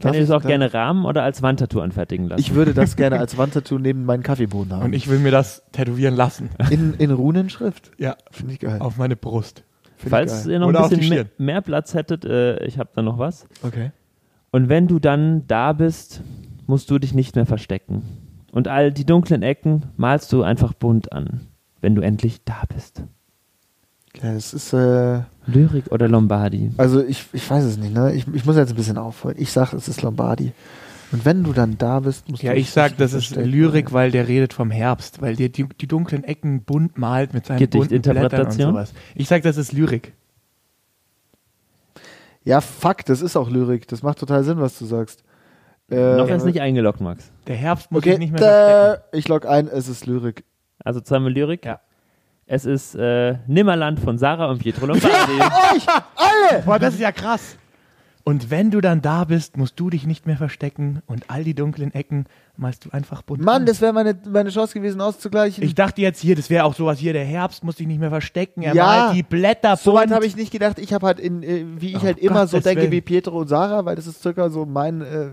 D: Kann
A: Darf
D: ich es
A: ich-
D: auch
A: darf-
D: gerne rahmen oder als Wandtattoo anfertigen lassen?
A: Ich würde das gerne als Wandtattoo neben meinen Kaffeebohnen haben.
B: Und ich will mir das tätowieren
A: [LAUGHS]
B: lassen.
A: in, in Runenschrift.
B: Ja,
A: Finde ich geil.
B: auf meine Brust.
A: Find ich
D: Falls
A: geil.
D: ihr noch
B: Oder
D: ein
B: auf die
D: bisschen mehr,
B: Stirn.
D: mehr Platz hättet, äh, ich habe da noch was.
A: Okay.
D: Und wenn du dann da bist, musst du dich nicht mehr verstecken. Und all die dunklen Ecken malst du einfach bunt an, wenn du endlich da bist.
A: Ja, es ist, äh,
D: Lyrik oder Lombardi?
A: also ich, ich weiß es nicht, ne? Ich, ich muss jetzt ein bisschen aufholen. Ich sag, es ist Lombardi. Und wenn du dann da bist, musst
B: Ja,
A: du
B: ich sag, das ist
A: verstecken.
B: Lyrik, weil der redet vom Herbst, weil der die, die dunklen Ecken bunt malt mit seinen bunten Blättern und
D: Gedichtinterpretation?
B: sowas. Ich sag, das ist Lyrik.
A: Ja, fuck, das ist auch Lyrik. Das macht total Sinn, was du sagst. Äh,
D: Noch ist nicht eingeloggt, Max.
B: Der Herbst muss
A: Okay,
B: ich nicht mehr verstecken.
A: da, ich log ein, es ist Lyrik.
D: Also zweimal Lyrik.
B: Ja.
D: Es ist äh, Nimmerland von Sarah und Pietro Lombardi.
A: Euch! Alle!
B: Boah, das ist ja krass. Und wenn du dann da bist, musst du dich nicht mehr verstecken und all die dunklen Ecken malst du einfach bunt.
A: Mann,
B: an.
A: das wäre meine, meine Chance gewesen, auszugleichen.
B: ich dachte jetzt hier, das wäre auch sowas hier, der Herbst muss dich nicht mehr verstecken, er
A: Ja,
B: malt die Blätter
A: So weit
B: bunt.
A: habe ich nicht gedacht. Ich habe halt, in, äh, wie ich
B: Oh,
A: halt immer so
B: Gottes
A: denke
B: Willen.
A: wie Pietro und Sarah, weil das ist circa so mein, äh,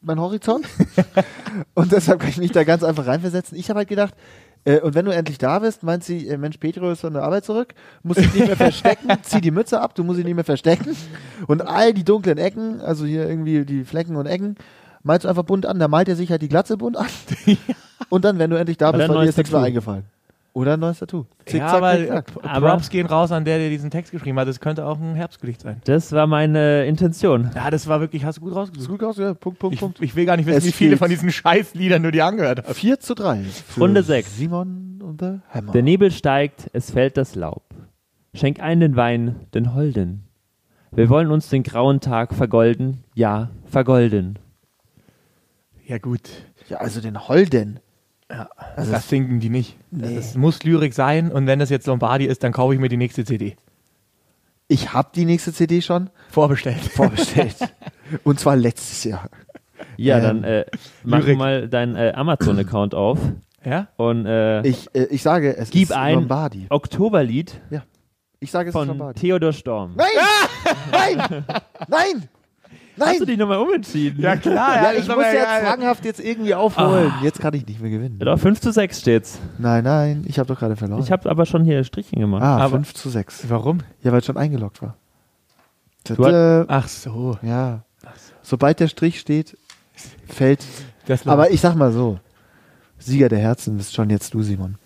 A: mein Horizont. [LAUGHS] und deshalb kann ich mich da ganz einfach reinversetzen. Ich habe halt gedacht, äh, und wenn du endlich da bist, meint sie, äh, Mensch, Pietro ist von der Arbeit zurück, musst dich nicht mehr
B: [LAUGHS]
A: verstecken, zieh die Mütze ab, du musst dich nicht mehr verstecken. Und all die dunklen Ecken, also hier irgendwie die Flecken und Ecken, malst du einfach bunt an. Da malt er sich halt die Glatze bunt
B: [LAUGHS]
A: an. und dann, wenn du endlich da
D: Oder
A: bist,
D: ein
A: von dir
D: neues
A: ist nichts mehr
D: Tattoo.
A: eingefallen. Oder ein neues Tattoo. Zick,
B: ja,
A: zack,
B: aber äh,
A: zick, zack.
D: Aber-
B: Props gehen raus an der, der diesen Text geschrieben hat. Das könnte auch ein Herbstgedicht sein.
D: Das war meine Intention.
B: Ja, das war wirklich, hast du gut
A: Ist
B: rausgesucht.
A: gut raus, ja. Punkt, Punkt,
B: Ich,
A: Punkt.
B: ich will gar nicht wissen,
A: Es
B: wie viele
A: fehlt.
B: von diesen Scheißliedern du dir angehört hast.
A: 4 zu 3. für
D: Runde sechs.
A: Simon und der Hammer.
D: Der Nebel steigt, es fällt das Laub. Schenk ein den Wein, den Holden. Wir wollen uns den grauen Tag vergolden, ja, vergolden.
B: Ja, gut.
A: ja, also den Holden.
B: Das, singen die nicht.
A: Nee.
B: Das, muss Lyrik sein und wenn das jetzt Lombardi ist, dann kaufe ich mir die nächste CD.
A: Ich habe die nächste CD schon
D: [LAUGHS]
B: Vorbestellt.
A: vorbestellt. [LAUGHS] Und zwar letztes Jahr.
D: Ja,
A: Ähm,
D: dann äh, mach
B: Lyrik.
D: mal deinen äh, Amazon-Account auf
B: Ja?
D: und äh,
A: Ich, äh, ich sage, es
D: gib
A: ist
D: ein
A: Lombardi.
D: Oktoberlied
A: Ich sage, es ist
D: von
A: Lombardi.
D: Theodor Storm.
A: Nein! Nein! Nein!
D: Hast du
A: Nein!
D: dich nochmal umentschieden? Ja,
B: klar,
A: Ja, ich muss ja zwanghaft jetzt irgendwie aufholen.
D: Ah.
A: Jetzt kann ich nicht mehr gewinnen.
D: Doch, 5 zu 6 steht's.
A: Nein, nein, ich habe doch gerade verloren.
D: Ich habe aber schon hier Strichchen gemacht.
A: ah,
B: aber-
A: 5 zu 6.
B: Warum?
A: Ja, weil es schon eingeloggt war.
D: Du
A: Tada.
B: Ach so.
A: ja. Sobald der Strich steht, fällt.
B: Das
A: Aber ich sag mal so: Sieger der Herzen bist schon jetzt du, Simon.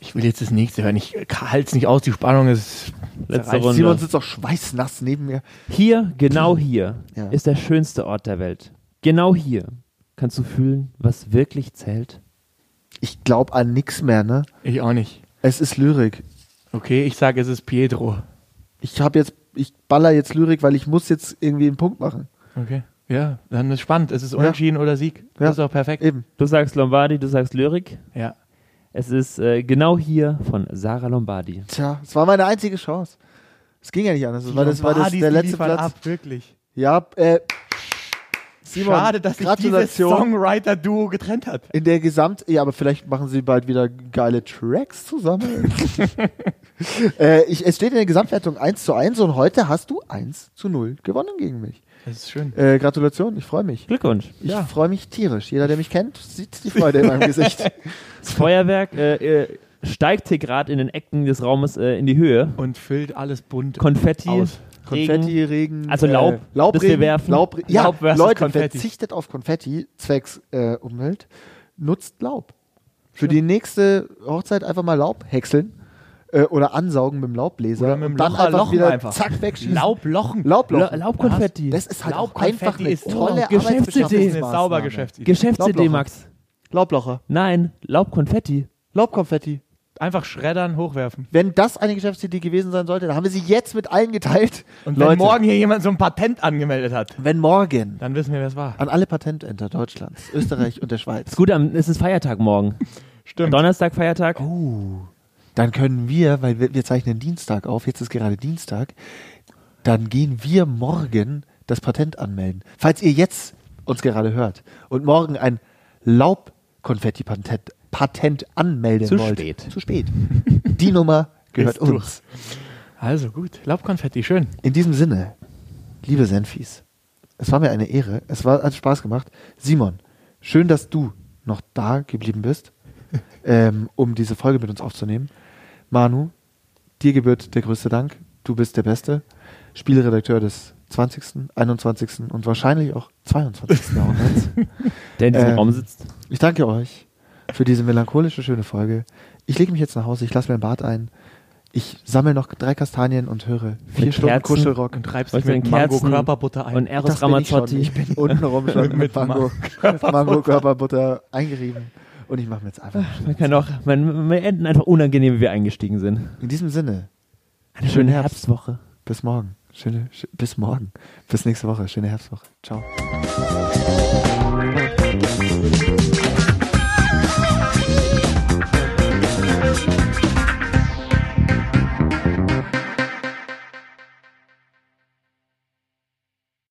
B: ich will jetzt das nächste hören. Ich halte es nicht aus. Die Spannung ist.
D: Letzte
A: Reicht.
D: Runde.
A: Simon sitzt auch schweißnass neben mir.
D: Hier,
A: [CLEARS THROAT]
D: genau hier,
A: Ja.
D: ist der schönste Ort der Welt. Genau hier kannst du fühlen, was wirklich zählt.
A: Ich glaube an nichts mehr, ne?
B: Ich auch nicht.
A: Es ist Lyrik.
B: Okay, ich sage, es ist Pietro.
A: Ich habe jetzt, ich baller jetzt Lyrik, weil ich muss jetzt irgendwie einen Punkt machen.
B: Okay. Ja, dann ist spannend. Es ist Unentschieden oder Sieg.
A: Ja.
B: Das ist auch perfekt.
A: Eben.
D: Du sagst Lombardi, du sagst Lyrik.
B: Ja.
D: Es ist äh, genau hier von Sarah Lombardi.
A: Tja, es war meine einzige Chance. Es ging ja nicht anders. Es war, das war das,
B: Lombardis,
A: der
B: die
A: letzte
B: liefern
A: Platz.
B: Ab, wirklich.
A: Ja, äh, Simon,
B: Schade, dass sich dieses
A: Gratulation.
B: Songwriter-Duo getrennt hat.
A: in der Gesamt, ja, aber vielleicht machen sie bald wieder geile Tracks
B: [LAUGHS]
A: zusammen. äh, ich, es steht in der Gesamtwertung 1 zu 1 und heute hast du 1 zu 0 gewonnen gegen mich.
B: Das ist schön.
A: Äh, Gratulation, ich freue mich.
D: Glückwunsch.
A: Ich freue mich tierisch. Jeder, der mich kennt, sieht die Freude in meinem Gesicht.
D: Das Feuerwerk äh, äh, steigt hier gerade in den Ecken des Raumes äh, in die Höhe.
B: Und füllt alles bunt.
D: Konfetti,
B: Aus.
A: Konfetti, Regen,
D: Also Laub,
A: äh, Laubregen,
D: das wir werfen.
A: Laub, ja,
D: Laub versus
A: Leute,
D: Konfetti.
A: verzichtet auf Konfetti zwecks äh, Umwelt, nutzt Laub. Für die nächste Hochzeit einfach mal Laub häckseln äh, oder ansaugen mit dem Laubbläser
B: Oder mit dem
A: und dann
B: Locher
A: einfach
B: lochen
A: wieder
B: einfach.
A: zack wegschießen.
B: Laublochen.
A: Laublochen.
D: La- Laubkonfetti.
A: Das ist halt auch
B: Laubkonfetti
A: einfach eine
B: ist
A: tolle
B: toll. Geschäftsidee.
A: Arbeitsbeschaffungsmaßnahme.
B: Eine sauber Geschäftsidee.
D: Geschäftsidee,
A: Laublocher.
D: Max.
A: Laublocher,
D: Nein, Laubkonfetti.
A: Laubkonfetti.
B: Einfach schreddern, hochwerfen.
A: Wenn das eine Geschäftsidee gewesen sein sollte, dann haben wir sie jetzt mit allen geteilt.
B: Und wenn morgen hier jemand so ein Patent angemeldet hat,
A: wenn morgen
B: dann wissen wir, wer es war.
A: an alle Patentämter Deutschlands, Österreich und der Schweiz
D: Ist gut, am- es ist Feiertag morgen.
B: Stimmt.
D: Donnerstag, Feiertag.
A: Oh. dann können wir, weil wir, wir zeichnen Dienstag auf, jetzt ist gerade Dienstag, dann gehen wir morgen das Patent anmelden. Falls ihr jetzt uns gerade hört und morgen ein Laubkonfetti-Patent Patent anmelden
D: Zu
A: wollt.
D: spät.
A: Zu spät. Die Nummer gehört
B: Ist durch.
A: uns.
B: Also gut, Laubkonfetti, schön.
A: In diesem Sinne, liebe Senfis, es war mir eine Ehre. Es war, hat Spaß gemacht. Simon, schön, dass du noch da geblieben
D: [LAUGHS]
A: bist, ähm, um diese Folge mit uns aufzunehmen. Manu, dir gebührt der größte Dank. Du bist der Beste. Spielredakteur des 20., 21. und wahrscheinlich auch 22. Jahrhunderts.
D: Der in diesem
A: Ähm,
D: Raum sitzt.
A: Ich danke euch für diese melancholische, schöne Folge. Ich lege mich jetzt nach Hause, ich lasse mir ein Bad ein. Ich sammle noch drei Kastanien und höre vier
D: Mit
A: Stunden
D: Kerzen.
A: Kuschelrock.
B: Und reibst dich
D: Wollt ihr
B: mit
D: den
B: Mango
D: Kerzen
B: Körperbutter ein.
D: Und Eros
A: Das bin ich schon.
D: Ramazzotti.
A: Ich bin untenrum
D: [LAUGHS]
A: schon [LAUGHS] mit,
B: Mit
A: Mango, Mango Körperbutter eingerieben. Und ich mache mir jetzt einfach. einen Schnaps.
D: Man kann auch, man, wir enden einfach unangenehm, wie wir eingestiegen sind.
A: In diesem Sinne,
D: Eine
A: Schönen
D: schöne
A: Herbst.
D: Herbstwoche.
A: bis morgen. Schöne, sch bis morgen. Bis nächste Woche. Schöne Herbstwoche. Ciao.